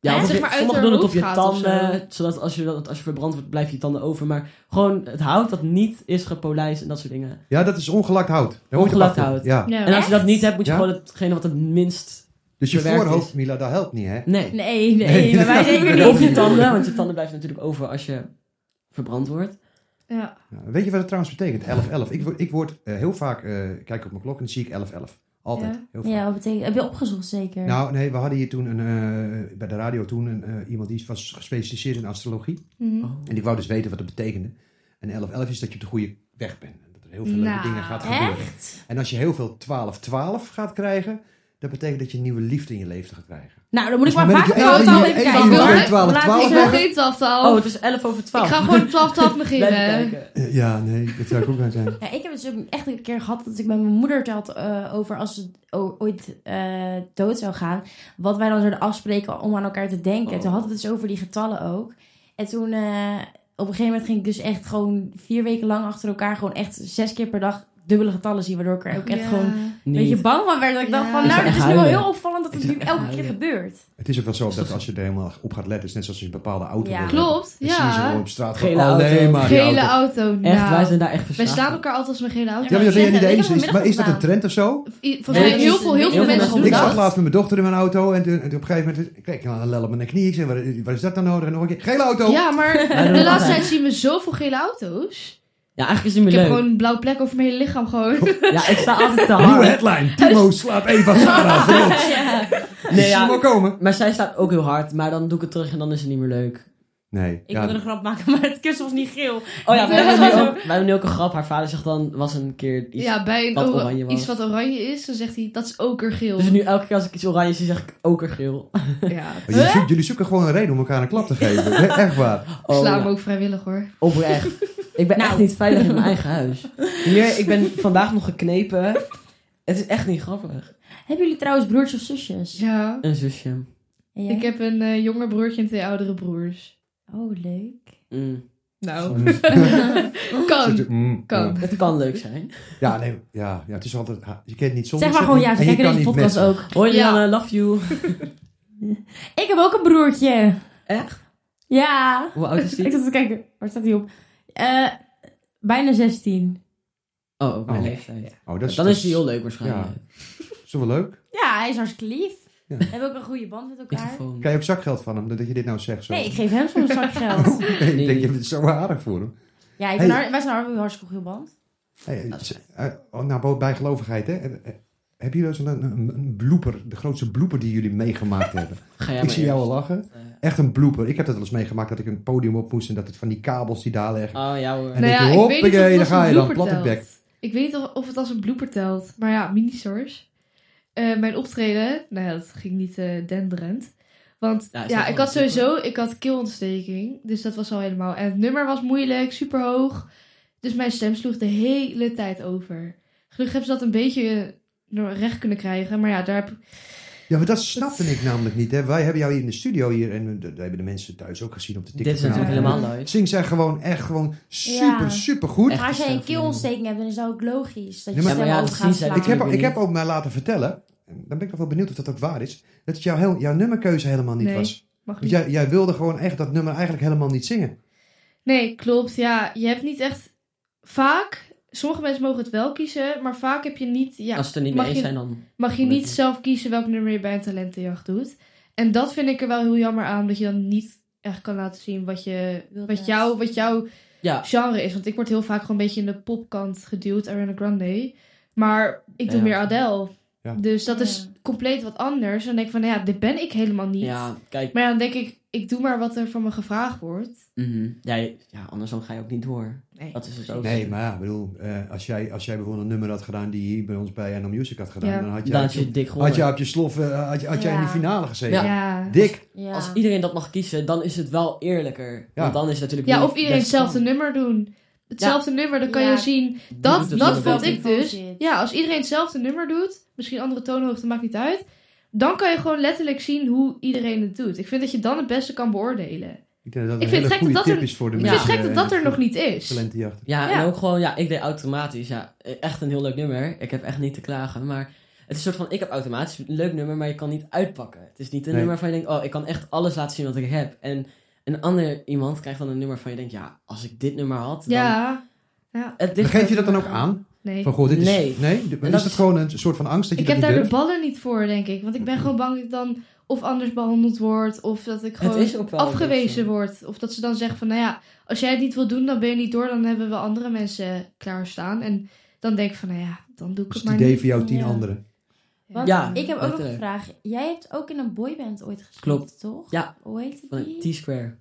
G: Ja,
F: Hè?
G: of op
F: Zeg
G: je-
F: maar uit
G: sommigen
F: haar
G: doen het op je
F: hoofd gaat of
G: tanden, zodat als je, dat- als je verbrand wordt, blijf je tanden over. Maar gewoon het hout dat niet is gepolijst en dat soort dingen.
D: ja, dat is ongelakt hout. Daar moet je op
G: Ongelakt
D: afkomen.
G: hout.
D: Ja.
F: Ja.
G: En als je dat niet hebt, moet je
D: Ja?
G: gewoon hetgene wat het minst...
D: Dus je
G: Bewerkt
D: voorhoofd,
G: is.
D: Mila, dat helpt niet, hè?
G: Nee.
E: Nee, nee, maar wij zeker
G: Of je
E: niet.
G: tanden, want je tanden blijven natuurlijk over als je verbrand wordt.
F: Ja.
D: Ja, Weet je wat het trouwens betekent? 11-11. Ik, word- ik word eh, heel vaak... eh, ik kijk op mijn klok en dan zie ik 11-11. Altijd.
F: Ja.
D: Heel vaak.
E: Ja, wat betekent... Heb je opgezocht, zeker?
D: Nou, nee, we hadden hier toen een, eh, bij de radio toen een, eh, iemand die was gespecialiseerd in astrologie.
F: Mhm.
D: En ik wou dus weten wat het betekende. En 11-11 is dat je op de goede weg bent. En Dat er heel veel leuke
F: Nou,
D: dingen gaat gebeuren.
E: Echt?
D: En als je heel veel 12-12 gaat krijgen, dat betekent dat je een nieuwe liefde in je leven gaat krijgen.
E: Nou, dan moet ik
D: Dus
E: maar
D: het
E: vaak
D: moment dat
E: twaalf
D: je
E: twaalf
D: één
E: even
D: van
E: kijken.
F: je
E: Ik wil
F: vijf,
E: echt-
D: twaalf,
E: laat ik
D: twaalf
F: Ik
E: zeggen-
D: weg.
F: wil geen 12
G: Oh, het is 11 over 12.
F: Ik ga gewoon 12 beginnen.
G: kijken.
D: Eh, Ja, nee, dat zou ik ook aan zijn.
E: Ja, ik heb het dus ook echt een keer gehad dat ik met mijn moeder het had eh, over als ze o- ooit eh, dood zou gaan. Wat wij dan zouden afspreken om aan elkaar te denken.
G: Oh.
E: Toen hadden we het dus over die getallen ook. En toen eh, op een gegeven moment ging ik dus echt gewoon vier weken lang achter elkaar gewoon echt zes keer per dag dubbele getallen zien. Waardoor ik er ook echt gewoon een beetje
G: Niet.
E: bang van werd. Dat ik dacht
F: Ja.
E: van
F: Ik
E: nou,
G: zou
E: dit
G: echt
E: is nu wel
G: huilen.
E: heel opvallend dat het
G: Ik zou
E: nu
G: echt
E: elke keer
G: huilen.
E: gebeurt.
D: Het is ook wel zo dat als je er helemaal op gaat letten, het is net zoals je een bepaalde auto
E: Ja.
D: wil hebben.
F: Klopt,
D: Dan zie je ze
F: ja.
D: gewoon op straat
G: Gele
D: van,
G: auto.
D: alleen maar die
F: Gele
D: auto.
F: auto.
G: Echt,
F: nou.
G: wij zijn daar echt
F: Wij
G: verslaafd.
F: staan elkaar altijd als mijn gele auto.
D: Ja, maar dat ben jij niet de
E: Ik heb
D: enige. is.
E: vanmiddag
D: Maar is dat een
E: gedaan.
D: trend of zo?
F: I- Volgens
G: Nee,
F: mij
G: dat
F: heel
G: is-
F: veel, heel veel mensen
G: heel veel
F: op
D: Ik
G: mensen
D: zat
G: Inderdaad.
F: dat.
D: laatst met mijn dochter in mijn auto en toen, en toen op een gegeven moment kreeg ik een lel op mijn knie. Ik zei, waar, waar is dat nou nodig? En nog een keer, gele auto!
F: Ja, maar
G: Wij doen
F: de
G: het
F: laatste tijd
G: altijd.
F: zien we zoveel gele auto's.
G: Ja, eigenlijk is het
F: Ik
G: niet
F: heb
G: meer
F: gewoon
G: leuk.
F: een blauw plek over mijn hele lichaam gewoon.
G: Ja, ik sta altijd te
D: Nieuwe
G: hard.
D: headline. Timo slaat Eva Sarah. Verrot.
G: Nee,
D: Zie je hem al
G: ja.
D: komen?
G: Maar zij staat ook heel hard, maar dan doe ik het terug en dan is het niet meer leuk.
D: Nee.
E: Ik
D: ja,
E: wilde een grap maken, maar het kussen was niet geel.
G: Oh ja,
F: Ja.
G: wij hebben, nu ook, wij hebben nu ook een grap. Haar vader zegt dan, was een keer iets.
F: Ja, bij een
G: wat
F: ora-
G: oranje was.
F: iets wat oranje is, dan zegt hij dat is okergeel.
G: Dus nu elke keer als ik iets oranje zie, zeg ik ook er geel.
F: Ja,
D: maar jullie, zoeken, jullie zoeken gewoon een reden om elkaar een klap te geven. He- Echt waar.
F: ik
G: Oh,
F: sla
G: ja.
F: hem ook vrijwillig hoor.
G: Oprecht. Ik ben
E: Nou.
G: echt niet veilig in mijn eigen huis. Hier, ik ben vandaag nog geknepen. Het is echt niet grappig.
E: Hebben jullie trouwens broertjes of zusjes?
F: Ja.
G: Een zusje.
E: En jij?
F: Ik heb een eh, jonger broertje en twee oudere broers.
E: Oh, leuk.
G: Mm.
E: Oh.
F: Nou,
D: Mm.
F: kan.
D: Mm,
F: Kan.
D: ja.
G: Het kan leuk zijn.
D: Ja, nee. Ja, ja, het is altijd... ha- Je kent niet zonder
E: Zeg maar
D: ze en-
E: gewoon ja, ze
D: en je
E: kijken
D: kan
E: deze
D: niet
E: podcast
D: met ze.
E: ook.
G: Hoi
F: Ja.
G: Lianne, love you.
E: Ik heb ook een broertje.
G: Echt?
E: Ja.
G: Hoe oud is
E: Ik
G: die?
E: zat te kijken, waar staat hij op? Eh, bijna 16.
G: Oh, ook mijn
D: Oh.
G: leeftijd.
D: Oh, dat is,
G: Dan
D: dat
G: is die heel leuk waarschijnlijk.
D: is toch wel leuk?
E: Ja, hij is hartstikke lief.
D: Ja.
E: We hebben ook een goede band met elkaar.
G: Microfoon.
D: Krijg je ook zakgeld van hem, dat je dit nou zegt? Zo.
E: Nee, ik geef hem soms een zak geld.
D: ik denk, je bent zo aardig voor hem.
E: Ja, ik
D: Hey.
E: ben hard- wij zijn een hartstikke goede band.
D: Hey, eh, oh, nou, bo- bijgelovigheid, hè? Eh, eh, Hebben jullie wel eens een, een, een blooper, de grootste blooper die jullie meegemaakt hebben?
G: Ga jij
D: ik
G: maar
D: zie jou al
G: eerst.
D: lachen.
G: Eh,
D: Echt een blooper. Ik heb dat wel eens meegemaakt dat ik een podium op moest en dat het van die kabels die daar liggen.
G: Oh ja hoor.
D: En
F: Nou
D: ik
F: ja, ik weet niet
D: hoppakee,
F: of het
D: daar
F: als
D: ga
F: een
D: je dan,
F: blooper
D: plat op
F: telt.
D: bek.
F: Ik weet niet of, of het als een blooper telt. Maar ja, mini-source. Eh, mijn optreden, nou ja, dat ging niet eh denderend. Want
G: Ja,
F: ja,
G: is dat wel
F: ik had
G: een blooper?
F: sowieso, ik had keelontsteking. Dus dat was al helemaal. En het nummer was moeilijk, super hoog. Dus mijn stem sloeg de hele tijd over. Gelukkig hebben ze dat een beetje eh, recht kunnen krijgen. Maar ja, daar heb
D: Ja, maar dat snapte ik namelijk niet. Hè. Wij hebben jou hier in de studio hier en eh, dat hebben de mensen thuis ook gezien op de TikTok.
G: Dit is natuurlijk
E: Ja.
G: helemaal leuk.
D: Zing zij gewoon echt gewoon super,
E: Ja.
D: super goed.
G: Echt
E: Maar als jij
G: gestemd van die
E: een keelontsteking hebt, dan is dat ook logisch. Dat je
D: Ja, maar-
E: stem
G: Ja, maar ja,
E: over
G: dat
E: gaat
G: zien zij
E: slaan.
D: Ik heb,
G: Natuurlijk
D: ik heb
G: niet.
D: ook mij laten vertellen, en dan ben ik nog wel benieuwd of dat ook waar is, dat het jouw, heel, jouw nummerkeuze helemaal niet
F: Nee.
D: was.
F: mag
D: Want
F: niet.
D: jij, jij wilde gewoon echt dat nummer eigenlijk helemaal niet zingen.
F: Nee, klopt. Ja, je hebt niet echt. Vaak, sommige mensen mogen het wel kiezen, maar vaak heb je niet. Ja,
G: Als ze het er niet
F: mag
G: mee eens
F: je-
G: zijn, dan...
F: mag je
G: Weet
F: niet
G: niet.
F: zelf kiezen welk nummer je bij een talentenjacht doet. En dat vind ik er wel heel jammer aan, dat je dan niet echt kan laten zien wat, je,
E: Wilt
F: wat,
E: net.
F: jou, wat jouw
G: Ja.
F: genre is. Want ik word heel vaak gewoon een beetje in de popkant geduwd, Ariana Grande. Maar ik doe
G: Ja.
F: meer Adele.
D: Ja.
F: Dus dat is
E: Ja.
F: compleet wat anders. Dan denk ik van, nou ja, dit ben ik helemaal niet.
G: Ja, kijk.
F: Maar ja, dan denk ik, ik doe maar wat er van me gevraagd wordt.
G: mhm. ja, je- ja, anders dan ga je ook niet door.
F: Nee.
G: Dat is het ook.
D: Nee, maar ja, ik bedoel, eh, als, jij, als jij bijvoorbeeld een nummer had gedaan die je bij ons bij NL Music had gedaan,
F: Ja.
D: dan had jij,
G: Dan had je dik gewonnen.
D: had jij op je slof, eh, had, je- had jij in de
E: Ja.
D: finale gezeten.
F: Ja.
G: Ja.
F: Ja.
D: Dik.
E: Ja.
G: Als iedereen dat mag kiezen, dan is het wel eerlijker.
D: Ja.
G: Want dan is het natuurlijk
F: ja,
G: wie
F: of
G: het
F: iedereen
G: best
F: hetzelfde
G: kan.
F: nummer doen. Hetzelfde nummer, dan kan
E: Ja.
F: je zien
G: Wie doet
F: Dat,
G: het
F: dat
G: dan
F: vond
G: beter?
F: ik dus.
E: Bullshit.
F: Ja, als iedereen hetzelfde nummer doet, misschien andere toonhoogte, maakt niet uit. Dan kan je gewoon letterlijk zien hoe iedereen het doet. Ik vind dat je dan het beste kan beoordelen.
D: Ik denk dat
F: Ik
D: dat een
F: vind het
D: hele
F: gek
D: goede
F: dat
D: tip
F: er-
D: is voor de
G: ik
F: Ik
D: mensen. eh,
F: vind het gek dat dat er nog niet is.
D: Talentenjacht.
G: Ja,
F: Ja.
G: en ook gewoon, ja, ik deed automatisch. Ja, Eh, echt een heel leuk nummer. Ik heb echt niet te klagen. Maar het is een soort van, ik heb automatisch een leuk nummer, maar je kan niet uitpakken. Het is niet een
D: Nee.
G: nummer van je denkt, oh, ik kan echt alles laten zien wat ik heb. En een ander iemand krijgt dan een nummer van je denkt, ja, als ik dit nummer had, dan...
F: Ja. ja.
G: Het ligt
D: Geef je
G: er-
D: dat dan ook aan?
F: Nee.
D: Van, goh, dit is,
G: Nee.
D: nee?
G: En
D: is
G: dat
D: het
G: is-
D: gewoon een soort van angst dat je
F: Ik heb
D: dat
F: daar
D: niet
F: de
D: durft?
F: ballen niet voor, denk ik. Want ik ben gewoon bang dat ik dan of anders behandeld word. Of dat ik
G: Het
F: gewoon
G: is ook wel
F: afgewezen
G: een
F: word. Of dat ze dan zeggen van, nou ja, als jij het niet wil doen, dan ben je niet door. Dan hebben we andere mensen klaarstaan. En dan denk ik van, nou ja, dan doe ik
D: Dat is
F: het
D: het
F: maar
D: Dus idee
F: niet.
D: van jou tien
E: Ja.
D: anderen.
E: Want
G: Dus Ja,
E: ik heb ook nog
G: letterlijk.
E: een vraag. Jij hebt ook in een boyband ooit gespeeld,
G: Klopt.
E: toch?
G: Ja.
E: Hoe heet het
G: beetje
E: die?
G: Van T-Square.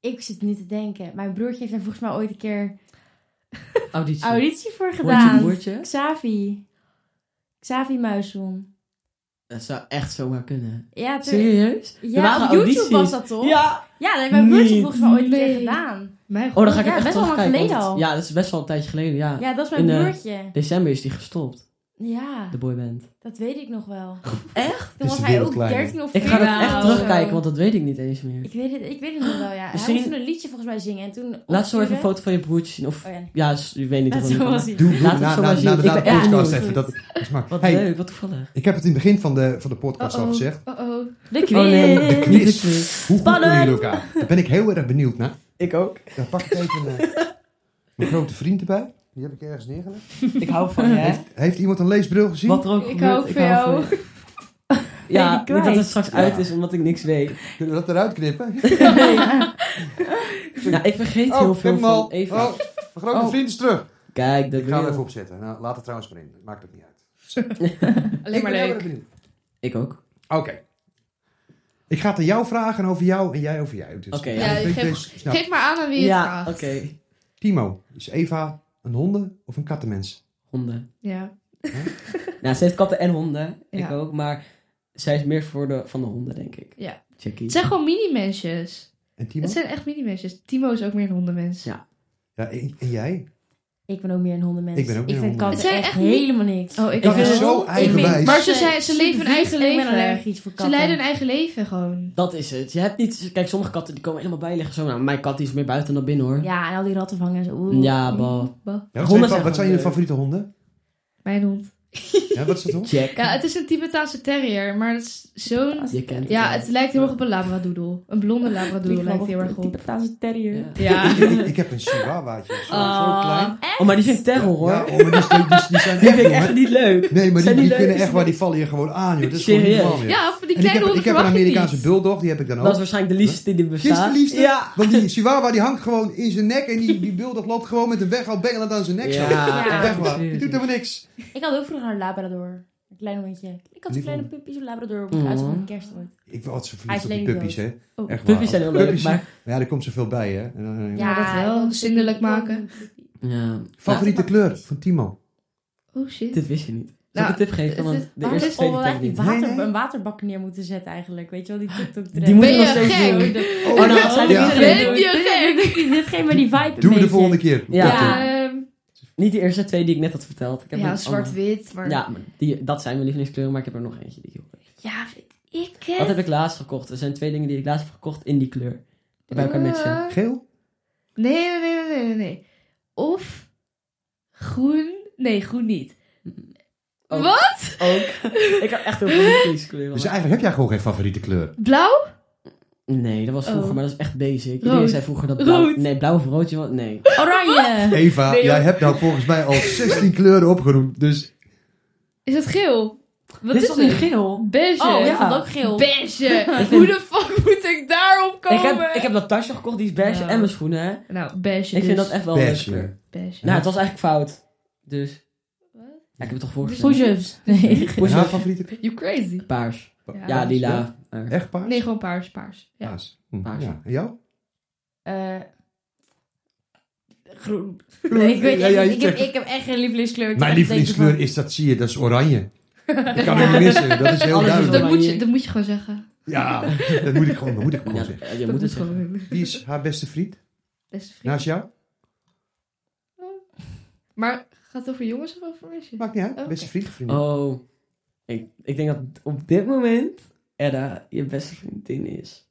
E: Ik zit nu te denken. Mijn broertje heeft er volgens mij ooit een keer Oh,
G: Auditie.
E: auditie voor
G: Hoortje,
E: gedaan.
G: boertje.
E: Xavi. Xavi Muisson.
G: Dat zou echt zomaar kunnen.
E: Ja, ter-
G: Serieus? Er
E: ja
G: waren
E: op YouTube
G: audities.
E: was dat toch? Oh. Ja,
G: Ja!
E: dat hebben we
G: Niet.
E: volgens mij ooit een keer
F: Nee.
E: gedaan.
F: Mijn
G: Oh,
F: god.
G: dan ga ik
E: Ja,
G: er echt
E: best wel lang
G: terugkijken,
E: geleden
G: want-
E: al.
G: Ja, dat is best wel een tijdje geleden, ja.
E: Ja, dat is mijn
G: In, eh,
E: broertje.
G: December is die gestopt,
E: Ja,
G: de boyband.
E: dat weet ik nog wel.
G: Echt?
D: is
E: Toen was
D: de
E: hij
D: wereld
E: ook
D: kleiner.
E: 13 of 14.
G: Ik ga dat
F: Nou.
G: echt terugkijken, want dat weet ik niet eens meer.
E: Ik weet het, ik weet het nog wel, ja.
G: Misschien-
E: Hij moest toen een liedje volgens mij zingen en toen...
G: Laat zo even een
E: opsturen.
G: foto van je broertje zien. Of,
E: Oh ja,
G: ja, s- ik weet niet
E: dat
G: of het
E: zo
G: kan.
E: was hij.
D: Doe, doe
G: Laat het
D: na,
G: zo
D: na,
G: maar zien.
D: na, de-
G: Ik
D: na de
G: ben echt
D: podcast
G: benieuwd.
D: even. Dat, dat is maar,
G: Wat
D: hey,
G: leuk, Oh. wat toevallig.
D: ik heb het in het begin van de, van de podcast al
F: Uh-oh.
D: gezegd.
F: Uh-oh.
E: De quiz.
G: Oh nee,
D: De
G: niet de
D: quiz.
G: quiz.
D: Hoe goed
E: Spannend.
D: kunnen jullie elkaar? Daar ben ik heel erg benieuwd naar.
G: Ik ook.
D: Dan pak ik even eh, mijn grote vriend erbij. Die heb ik ergens neergelegd.
G: Ik hou van je, hè?
D: Heeft iemand een leesbril gezien?
G: Wat er ook
F: Ik
G: gebeurt,
F: hou ook van jou.
G: van je. Ja,
E: Ben je
G: niet dat het
E: kwijt?
G: straks
D: Ja.
G: uit is omdat ik niks weet.
D: Kunnen we dat eruit knippen?
G: Ja, Nou, ik vergeet
D: Oh,
G: heel
D: ik heb
G: veel
D: hem al.
G: van
D: Oh, mijn
G: Eva.
D: grote
G: Oh.
D: vriend is terug.
G: Kijk, dat
D: Ik ga hem even
G: wil
D: opzetten. Nou, laat het trouwens maar in. Maakt het niet uit.
F: Alleen
D: ik
F: maar
D: ben heel
F: leuk.
D: erg benieuwd.
G: ik ook.
D: Oké. Ik ga het aan jou vragen over jou en jij over jou. Dus
G: Oké,
F: Ja,
D: ik
F: ik
D: denk
F: geef-
D: dus, snap.
F: Geef maar aan aan wie je het
G: Ja,
F: vraagt.
G: oké.
D: Timo, is Eva een honden of een kattenmens?
G: Honden.
F: Ja.
G: Nou, ze heeft katten en honden. Ik
F: Ja.
G: ook. Maar zij is meer voor de, van de honden, denk ik.
F: Ja.
G: Chickie.
F: Het zijn gewoon mini-mensjes.
D: En Timo?
F: Het zijn echt mini-mensjes. Timo is ook meer een hondenmens.
G: Ja.
D: Ja, en, en jij?
E: Ik ben ook meer een hondenmens.
D: Ik ben ook meer een
E: vind
D: hondenmens.
E: katten
F: Het zijn
E: echt,
F: echt niet-
E: helemaal niks.
F: Oh, ik
G: Ik
F: ook.
G: vind het
D: zo eigenwijs.
E: Ik vind-
F: Maar ze zijn- ze leven een
E: supervies
F: eigen
E: en Ik ben
F: leven.
E: allergisch voor
F: Ze
E: katten.
F: leiden een eigen leven gewoon.
G: Dat is het. Je hebt niet... Kijk, sommige katten die komen helemaal bij je liggen. Zo, nou, mijn kat die is meer buiten dan binnen, hoor.
E: Ja, en al die ratten vangen en zo. Oeh.
G: Ja, bah.
F: Bah.
D: Ja, wat, zijn,
G: Honden zijn
D: wat zijn
G: gewoon
D: jullie
G: leuk.
D: favoriete honden?
F: Mijn hond.
D: Ja, wat is dat hond?
G: Jack.
F: Ja, het is een Tibetaanse terrier, maar het is zo'n...
G: Je kent
F: Ja, het lijkt heel erg op een labradoodle. Een blonde labradoodle lijkt heel erg op.
E: Tibetaanse terrier.
G: Ja.
F: Ja.
D: Ik, ik heb een chihuahuaatje. Zo, zo
F: Ah.
D: klein.
G: Oh, maar die zijn terror, hoor.
D: Ja, oh, maar die, die, die, die zijn
G: Die
D: echt,
G: vind ik
D: joh, hè.
G: echt niet leuk.
D: Nee, maar die,
G: Zijn die
D: die
G: leuk?
D: kunnen echt waar, die vallen je gewoon aan, joh. Dat is gewoon niet
G: Serieus?
D: normaal, joh.
F: Ja, van die
D: En ik
F: kleine
D: heb,
F: honden
D: ik heb een
F: verwacht je
D: Amerikaanse
F: niet.
D: bulldog, die heb ik dan ook.
G: Dat is waarschijnlijk de liefste die er
D: Kies de
G: bestaat.
D: liefste.
G: Ja.
D: Want die chihuahua die hangt gewoon in zijn nek en die, die bulldog loopt gewoon met een weg al bengelend aan zijn nek.
G: Ja.
D: zo.
E: Ja.
D: Echt waar. Die doet helemaal niks.
E: Ik had ook vroeger een labrador. Een klein hondje. Ik had
D: Die
E: een kleine
D: vond-
E: puppy, zo'n labrador. Op
G: Mhm.
E: het uitzicht van een kerstboot.
D: Ik was zo
E: Hij
D: verliefd
E: is
D: op die
E: alleen
D: puppies, hè.
F: Oh,
D: Echt waar.
G: Puppies zijn heel leuk,
D: Puppies-
G: maar...
D: Maar ja, er komt zoveel bij, hè. En eh, dan- en-
F: Ja, dat wel.
E: dan-
F: Zindelijk maken.
G: Ja.
D: Favoriete kleur van Timo?
F: Oh shit.
G: Dit wist je niet. Zal
F: Nou,
G: ik een tip geven?
F: het
G: Want
F: is-
G: de
E: Waarom
G: eerste
E: is
G: twee
E: Paul
G: die
E: echt
G: ken ik
E: die
G: niet.
E: water,
D: Nee, nee.
E: een waterbak neer moeten zetten eigenlijk? Weet je wel, die TikTok
G: Die moet
F: Ben
G: ik nog
F: je
G: steeds
F: gek?
G: doen.
E: Oh,
G: Oh, nou, dat zijn
E: zijn
G: die
D: Ja.
G: iedereen
F: Ben
G: doet.
F: je gek?
E: Dit geeft me die vibe
D: Doen
E: een
D: we de
E: beetje.
D: volgende keer.
G: Ja.
E: Ja.
F: Ehm,
G: Niet de eerste twee die ik net had verteld. Ik heb
F: ja,
G: een
F: zwart-wit. Maar...
G: andere. Ja, maar die, dat zijn mijn lievelingskleuren, maar ik heb er nog eentje die ik heel leuk vind.
F: Ja, weet ik
G: Wat
F: het.
G: heb ik laatst gekocht? Er zijn twee dingen die ik laatst heb gekocht in die kleur. Die bij elkaar matchen.
F: Eh,
D: Geel?
F: Nee, nee, nee, nee, nee, nee. Of groen. Nee, groen niet.
G: Oh.
F: Wat?
G: Ook. ik heb echt heel veel lievelingskleuren.
D: Dus
G: maar-
D: eigenlijk heb jij gewoon geen favoriete kleur.
F: Blauw?
G: Nee, dat was vroeger,
F: Oh.
G: maar dat is echt basic.
F: Rood.
G: Iedereen zei vroeger dat blauw...
F: Rood.
G: Nee, blauw of rood. joh, Nee.
E: Oranje.
D: Eva,
F: Nee, joh.
D: jij hebt nou volgens mij al 16 kleuren opgenoemd. Dus
F: Is het geel? Wat
G: Dit
F: is
G: is toch niet
F: het?
G: geel?
F: Beige.
E: Oh, jij
G: Ja.
E: vond ook geel.
F: Beige. Hoe de fuck moet ik daarop komen?
G: Ik heb, ik heb dat tasje gekocht, die is beige
F: Nou.
G: en mijn schoenen. Hè.
F: Nou, beige dus.
G: Ik vind dat echt wel een leuke
D: beige.
G: kleur.
F: Beige.
G: Nou, het was eigenlijk fout. Dus...
F: Wat?
G: Ja, ik heb het toch voorgesteld.
E: Push-ups. Nee.
D: En haar
G: Push-ups.
D: favoriete kleur?
F: You crazy.
G: Paars.
F: Ja.
G: Ja, die lila.
D: Echt paars?
F: Nee, gewoon paars, paars. Ja.
D: Paars. Hm,
G: Paars.
D: Ja. En jou?
E: Eh, groen. Nee, ik weet
D: Ja,
E: echt
D: ja,
E: niet.
D: je
E: Ik heb,
D: zegt-
E: ik heb echt geen lievelingskleur. Ik
D: Mijn
E: heb echt een
D: lievelingskleur
E: teken
D: is, dat zie je, dat is oranje. Dat kan ik niet missen, dat is heel
G: Alles is
D: duidelijk.
F: Dat,
G: Maar
F: moet je,
G: je-
F: dat moet je gewoon zeggen.
D: Ja, dat moet ik gewoon, dat moet ik gewoon
G: Ja,
D: zeggen.
G: ja, je moet het zeggen. Nou.
F: gewoon.
D: Wie is haar beste vriend?
F: Beste vriend.
D: Naast jou?
F: Maar gaat het over jongens of over meisjes?
D: Maakt niet uit.
F: Oké.
D: Beste vriend of vriendin?
G: Oh. Ik, ik denk dat op dit moment Edda je beste vriendin is.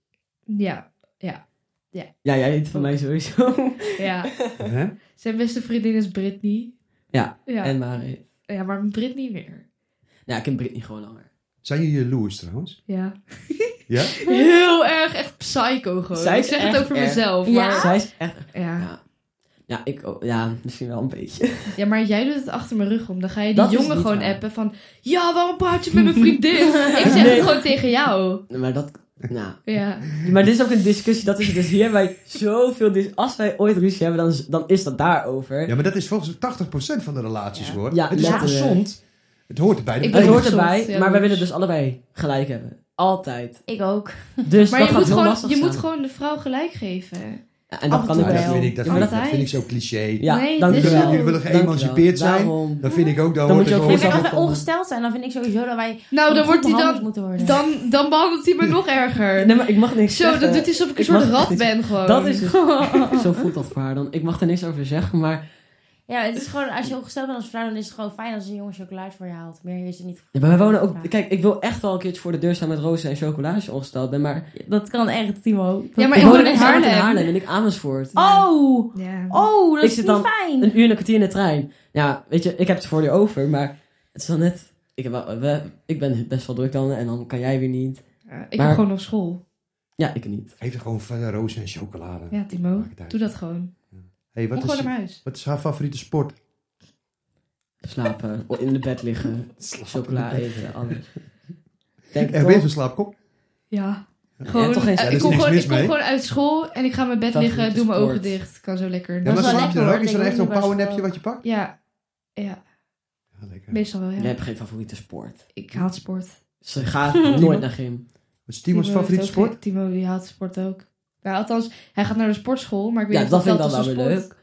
F: Ja,
G: Ja, jij weet van mij sowieso.
F: ja.
D: Hè?
F: Zijn beste vriendin is Britney.
G: Ja,
F: Ja,
G: En Marie.
F: ja maar Britney meer.
G: Ja, ik ken Britney gewoon langer.
D: Zijn jullie jaloers trouwens?
F: Ja.
D: Ja?
F: Heel erg, echt psycho gewoon.
G: Zij
F: ik
G: is
F: zeg het
G: echt
F: over
G: erg.
F: mezelf.
E: Ja?
F: Maar,
G: Zij is echt...
F: ja.
G: Ja. Ja, ik ook. Ja, misschien wel een beetje.
F: ja, maar jij doet het achter mijn rug om. Dan ga je die
G: Dat is
F: jongen
G: niet
F: gewoon
G: waar.
F: appen van... Ja, waarom praat je met mijn vriendin? ik zeg
G: Nee.
F: het gewoon tegen jou.
G: Maar dat... Nou.
F: Ja.
G: Maar dit is ook een discussie. Dat is het dus. Hier hebben wij zoveel... Dis als wij ooit ruzie hebben, dan is, dan is dat daarover.
D: Ja, maar dat is volgens mij 80% van de relaties
E: Ja.
D: hoor.
G: Ja,
D: het is toch
G: letterlijk.
D: gezond. Het hoort erbij.
F: Ik
G: Het
F: ben-
G: hoort
F: Soms,
G: erbij,
F: ja,
G: maar
F: dus.
G: wij willen dus allebei gelijk hebben. Altijd.
E: Ik ook.
G: Dus
F: Maar
G: dat
F: je
G: gaat
F: moet,
G: heel
F: gewoon,
G: lastig
F: je
G: zijn.
F: moet gewoon de vrouw gelijk geven.
G: En
E: Af
G: dat
E: en
G: kan
E: toe
G: ik
D: Maar dat
G: wel.
E: wel.
D: vind ik, dat
F: Ja,
D: vind ik,
F: maar
D: dat
F: dat
D: vind ik
F: hij-
D: zo cliché.
G: Ja,
F: Nee, het
G: dank
F: is
G: u wel.
F: zo.
D: Jullie willen
G: Dank u wel.
D: geëmancipeerd zijn.
G: Daarom.
D: Dat vind ik ook. Dan,
G: Dan moet je
D: hoort
G: ook
D: er
G: voor
D: gewoon-
E: Kijk, als wij
G: voorkomen.
E: ongesteld zijn, dan vind ik sowieso dat wij
F: Nou, dan
E: goed
F: wordt hij
E: behandeld
F: dan,
E: moeten worden.
F: dan... Dan behandelt hij me nog erger.
G: Nee, maar ik mag niks
F: Zo,
G: zeggen.
F: dat doet hij alsof ik een
G: ik
F: soort
G: mag echt
F: rat
G: niet-
F: ben gewoon.
G: Dat is het. Zo voelt dat voor haar dan. Ik mag er niks over zeggen, maar...
E: Ja, het is gewoon, als je ongesteld bent als vrouw, dan is het gewoon fijn als een jongen chocolade voor je haalt. Meer is er niet.
G: Ja, maar wij wonen ook...
E: Ja.
G: Kijk, ik wil echt wel een keertje voor de deur staan met rozen en chocolade als je ongesteld bent, maar...
E: Dat kan echt, Timo.
F: Ja, maar
G: ik
F: ik woon
G: woon
F: in
G: echt altijd in
F: Haarlem.
G: Haarlem en ik Amersfoort.
E: Oh!
F: Ja.
E: Oh, dat
G: Ik
E: is
G: zit
E: niet
G: dan-
E: fijn.
G: Een uur en een kwartier in de trein. Ja, weet je, ik heb het voor je over, maar het is wel net... Ik, heb wel- we- ik ben best wel druk dan en dan kan jij weer niet.
F: Ja, Ik
G: Maar-
F: heb gewoon nog school.
G: Ja, ik niet.
D: Heeft er gewoon verder rozen en chocolade.
F: Ja, Timo.
D: Maakt het uit.
F: Doe dat gewoon.
D: Hey,
F: Kom
D: wat,
F: gewoon
D: is,
F: naar mijn huis.
D: wat is haar favoriete sport?
G: Slapen, in de bed liggen, chocola eten, alles. Denk
D: Echt
G: toch?
D: weer zo'n slaapkop?
F: Ja.
G: Je
F: Gewoon,
G: hebt toch geen-
F: eh,
G: Ja, er
F: ik
G: is
F: kom,
D: niks
F: gewoon,
D: mis
F: ik kom
D: mee.
F: gewoon uit school en ik ga in mijn bed
G: Favoriete
F: liggen, doe mijn ogen
G: sport.
F: dicht. Kan zo lekker.
D: Ja,
E: Dat
D: maar
E: is wel
D: slaap je dan
E: lekker,
D: ook? Is er
E: hoor.
D: echt zo'n
E: Ik doe het
D: powernapje
E: niet
D: wat je pakt?
F: Ja, ja,
D: Ja, lekker.
F: meestal wel.
G: Je
F: Ja.
G: hebt geen favoriete sport.
F: Ik haat sport.
G: Ze gaat nooit naar gym.
D: Wat is Timo's
F: heeft
D: favoriete
F: ook
D: sport?
F: geen- Timo die haat sport ook. Nou, althans, hij gaat naar de sportschool, maar ik weet
G: Ja,
F: niet
G: dat
F: of
G: vind ik dan
F: telt
G: wel
F: als
G: weer
F: een
G: leuk.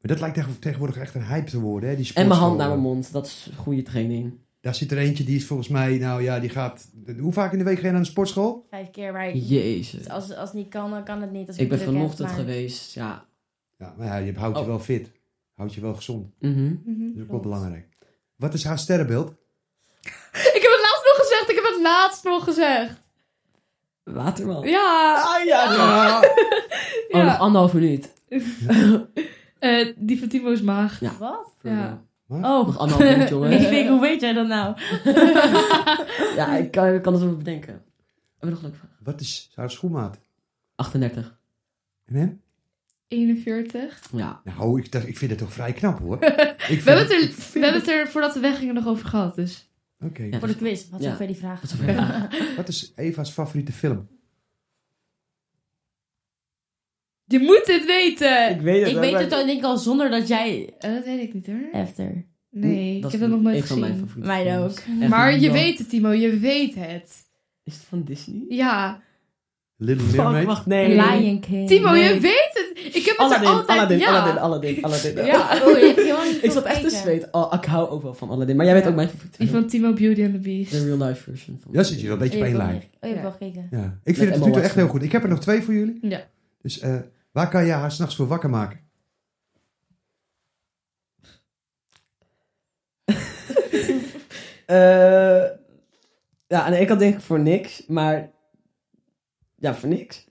D: Maar dat lijkt tegen- tegenwoordig echt een hype te worden. Hè? Die
G: En mijn hand
D: sportschool.
G: naar mijn mond, dat is goede training.
D: Daar zit er eentje die is volgens mij, nou ja, die gaat. Hoe vaak in de week ga je naar de sportschool?
E: Vijf keer, maar ik-
G: Jezus.
E: als, als het niet kan, dan kan het niet. Als
G: Ik ben
E: het druk heb,
G: vanochtend
E: maar-
G: geweest, ja.
D: Ja, maar ja, je houdt je
G: Oh.
D: wel fit. Houdt je wel gezond.
G: Mhm.
F: sport.
D: Dat
F: Mhm.
D: is ook wel
E: Klopt.
D: belangrijk. Wat is haar sterrenbeeld?
F: Ik heb het laatst nog gezegd, ik heb het laatst nog gezegd.
G: Waterman.
F: Ja,
G: Ah, ja, ja. Oh, nog
F: ja.
G: anderhalf minuut.
F: Eh, die van Timo's maag.
E: Wat?
F: Ja.
E: Oh.
G: Nog anderhalf minuut, jongen.
E: Ik denk, hoe weet jij dat nou?
G: Ja, ik kan, ik kan het wel bedenken. Hebben we nog een leuke vraag?
D: Wat is haar schoenmaat?
G: 38.
D: En hem?
F: 41.
G: Ja.
D: Nou, ik, dacht, ik vind het toch vrij knap hoor.
F: We hebben, het er, we hebben het er voordat we weggingen nog over gehad, dus...
D: Oké.
G: Ja.
E: Voor de quiz. Wat
G: Ja.
E: is ook weer die vraag?
G: Dat is een vraag.
D: Wat is Eva's favoriete film?
F: Je moet dit weten!
G: Ik weet
E: Ik weet het al, denk ik al zonder dat jij...
F: Eh, dat weet ik niet hoor.
E: Efter.
F: Nee,
G: Dat
F: ik heb
G: is
F: dat nog nooit
G: een van mijn
F: gezien.
G: favoriete
E: Mij
G: films.
E: ook.
G: Echt
F: Maar je
G: niet.
F: weet het, Timo, je weet het.
G: Is het van Disney?
F: Ja.
D: Little
G: Fuck,
D: Mermaid?
G: wacht, nee.
E: Lion King.
F: Timo, je
G: Nee.
F: weet het! Ik heb het
G: Aladdin,
F: er altijd...
G: Aladdin,
F: ja.
G: Aladdin, Aladdin, Aladdin.
F: Ja.
E: Oh, je hebt helemaal niet
G: Ik
E: veel
G: zat echt te
E: gekeken.
G: zweten. Oh, ik hou ook wel van Aladdin. Maar jij weet
F: Ja.
G: ook mijn favoriete
F: Die
G: film.
F: van Timo Beauty and the Beast.
G: De real life version van
D: Ja, zit je wel een beetje
E: Oh,
D: op
E: je
D: één
E: hebt
D: lijn.
E: wel gekeken. Oh, je hebt wel gekeken.
D: Ja. Ik vind
G: Emma
D: het natuurlijk echt
G: Watson.
D: heel goed. Ik heb er nog twee voor jullie.
F: Ja.
D: Dus eh, waar kan je haar s'nachts voor wakker maken?
G: Eh, ja, aan de ene kant denk ik voor niks, maar... Ja, voor niks.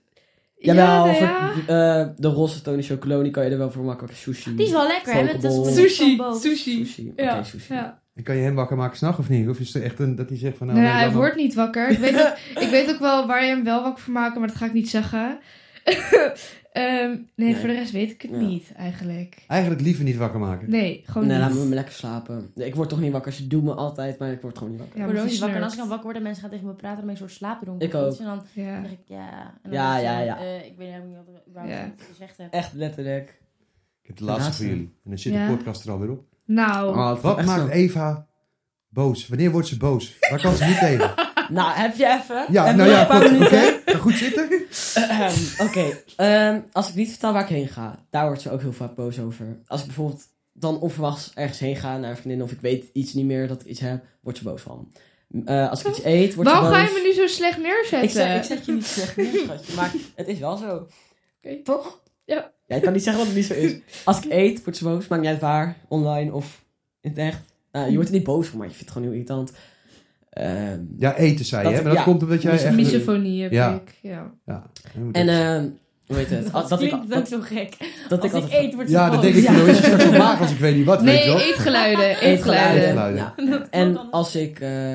G: Jawel,
F: nou
G: voor-
F: ja. Ah,
G: eh, de roze Tony Chocoloni kan je er wel voor makkelijk. Sushi.
E: Die is wel lekker, hè? Met de
G: Volleyball.
F: Sushi,
E: combo.
F: sushi.
G: Sushi, oké,
F: Ja,
G: sushi. Nou,
F: ja.
D: En kan je hem wakker maken s'nachts of niet? Of is het echt een, dat hij zegt van... Nou,
F: Nou, ja,
D: nee,
F: hij
D: dan-
F: wordt niet wakker. Ik weet, ook, ik weet ook wel waar je hem wel wakker voor maken, maar dat ga ik niet zeggen. Ehm, nee,
G: Nee.
F: voor de rest weet ik het
G: Ja.
F: niet eigenlijk.
D: Eigenlijk liever niet wakker maken.
F: Nee, gewoon
G: Nee,
F: niet.
G: laat me maar lekker slapen. Nee, Ik word toch niet wakker. Ze doen me altijd, maar ik word gewoon niet wakker.
F: Ja,
E: Ik word
F: maar
E: ook niet
F: snert.
E: wakker. En als ik dan wakker word en mensen gaan tegen me praten, dan ben ik een soort slaapdronken.
G: Ik
E: of
G: ook.
E: iets. En dan
F: Ja.
E: denk ik, ja. En dan
G: Ja,
E: denk ik
G: ja,
E: zo,
G: ja. Eh,
E: eh, ik weet helemaal niet wat ik überhaupt
F: Ja.
E: gezegd heb.
G: Echt letterlijk.
D: Ik heb de laatste
G: Laatste.
D: voor jullie. En dan zit
F: Ja.
D: de podcast er alweer op.
F: Nou,
G: Oh, het
D: Wat
G: echt
D: maakt
G: zo.
D: Eva boos? Wanneer wordt ze boos? Waar kan ze niet tegen?
G: Nou, heb je even?
D: Ja,
G: Even
D: nou
G: nog
D: ja,
G: een paar
D: goed. Oké,
G: minuten?
D: Ga goed zitten.
G: Ehm, Oké, ehm, als ik niet vertel waar ik heen ga, daar wordt ze ook heel vaak boos over. Als ik bijvoorbeeld dan onverwachts ergens heen ga naar een vriendin of ik weet iets niet meer dat ik iets heb, wordt ze boos van. Eh, als ik iets eet, wordt
F: waarom
G: ze boos.
F: ga je me nu zo slecht neerzetten?
G: ik, zeg, ik zeg je niet slecht meer, schatje, maar het is wel zo.
F: Oké.
G: Toch?
F: Ja.
G: ja. Ik kan niet zeggen dat het niet zo is. Als ik eet, wordt ze boos, maakt niet uit waar, online of in het echt. Eh, je wordt er niet boos van, maar je vindt het gewoon heel irritant. Ehm,
D: Ja, eten zei je.
G: Dat-
D: hè? Maar dat
G: ja.
D: komt omdat jij
G: Mis-
D: echt...
F: Misofonie heb
D: Ja.
F: ik. Ja.
D: Ja. dan moet
G: en
D: het-
G: ehm, hoe heet het?
E: Dat,
G: Dat, ik,
E: klinkt ook
G: dat,
E: zo gek.
G: dat ik
E: als ik
G: altijd...
E: eet, wordt ze
D: ja, dat
E: boos.
D: denk ik.
E: Ja.
D: Ja. Dan is het straks maag als ik weet niet wat, weet je
F: Nee,
D: wel.
F: eetgeluiden. Eetgeluiden.
D: Eetgeluiden.
G: Ja. En als ik... eh,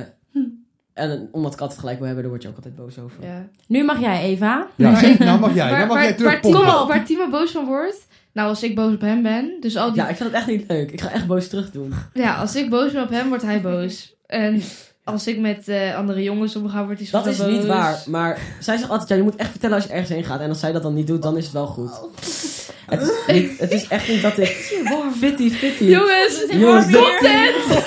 G: en omdat ik altijd gelijk wil hebben, daar word je ook altijd boos over.
F: Ja.
E: Nu mag jij, Eva.
D: Ja, nou mag jij.
F: Waar-
D: Dan mag
F: waar-
D: jij
F: waar Timo-
D: terugpompen.
F: Waar Timo boos van wordt... Nou, als ik boos op hem ben... Dus al die
G: Ja, ik vind het echt niet leuk. Ik ga echt boos terug doen.
F: Ja, als ik boos ben op hem, wordt hij boos. En als ik met eh, andere jongens omga, wordt hij zo
G: Dat
F: boos.
G: is niet waar. Maar zij zegt altijd, ja, je moet echt vertellen als je ergens heen gaat. En als zij dat dan niet doet, dan is het wel goed.
F: Oh.
G: Het is, niet- het is echt niet dat ik... Fitty, fitty.
F: Jongens,
G: Jongens, dit-
F: content!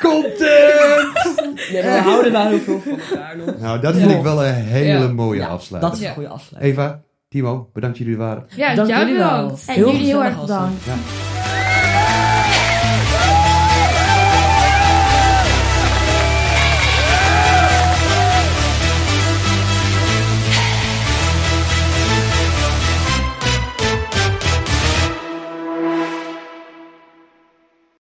D: Komt het!
G: Nee, maar we houden daar heel veel van elkaar nog.
D: Nou, dat vind
G: Ja.
D: ik wel een hele
F: Ja.
D: mooie
G: Ja,
D: afsluiting.
G: Dat is
F: Ja.
G: een goede afsluiting.
D: Eva,
H: Timo, bedankt dat jullie er waren.
I: Ja,
G: Dank
I: jij
G: jullie wel.
I: bedankt.
D: En
G: Heel
D: jullie heel
G: gezellig
D: erg
G: was het.
D: bedankt.
H: Ja.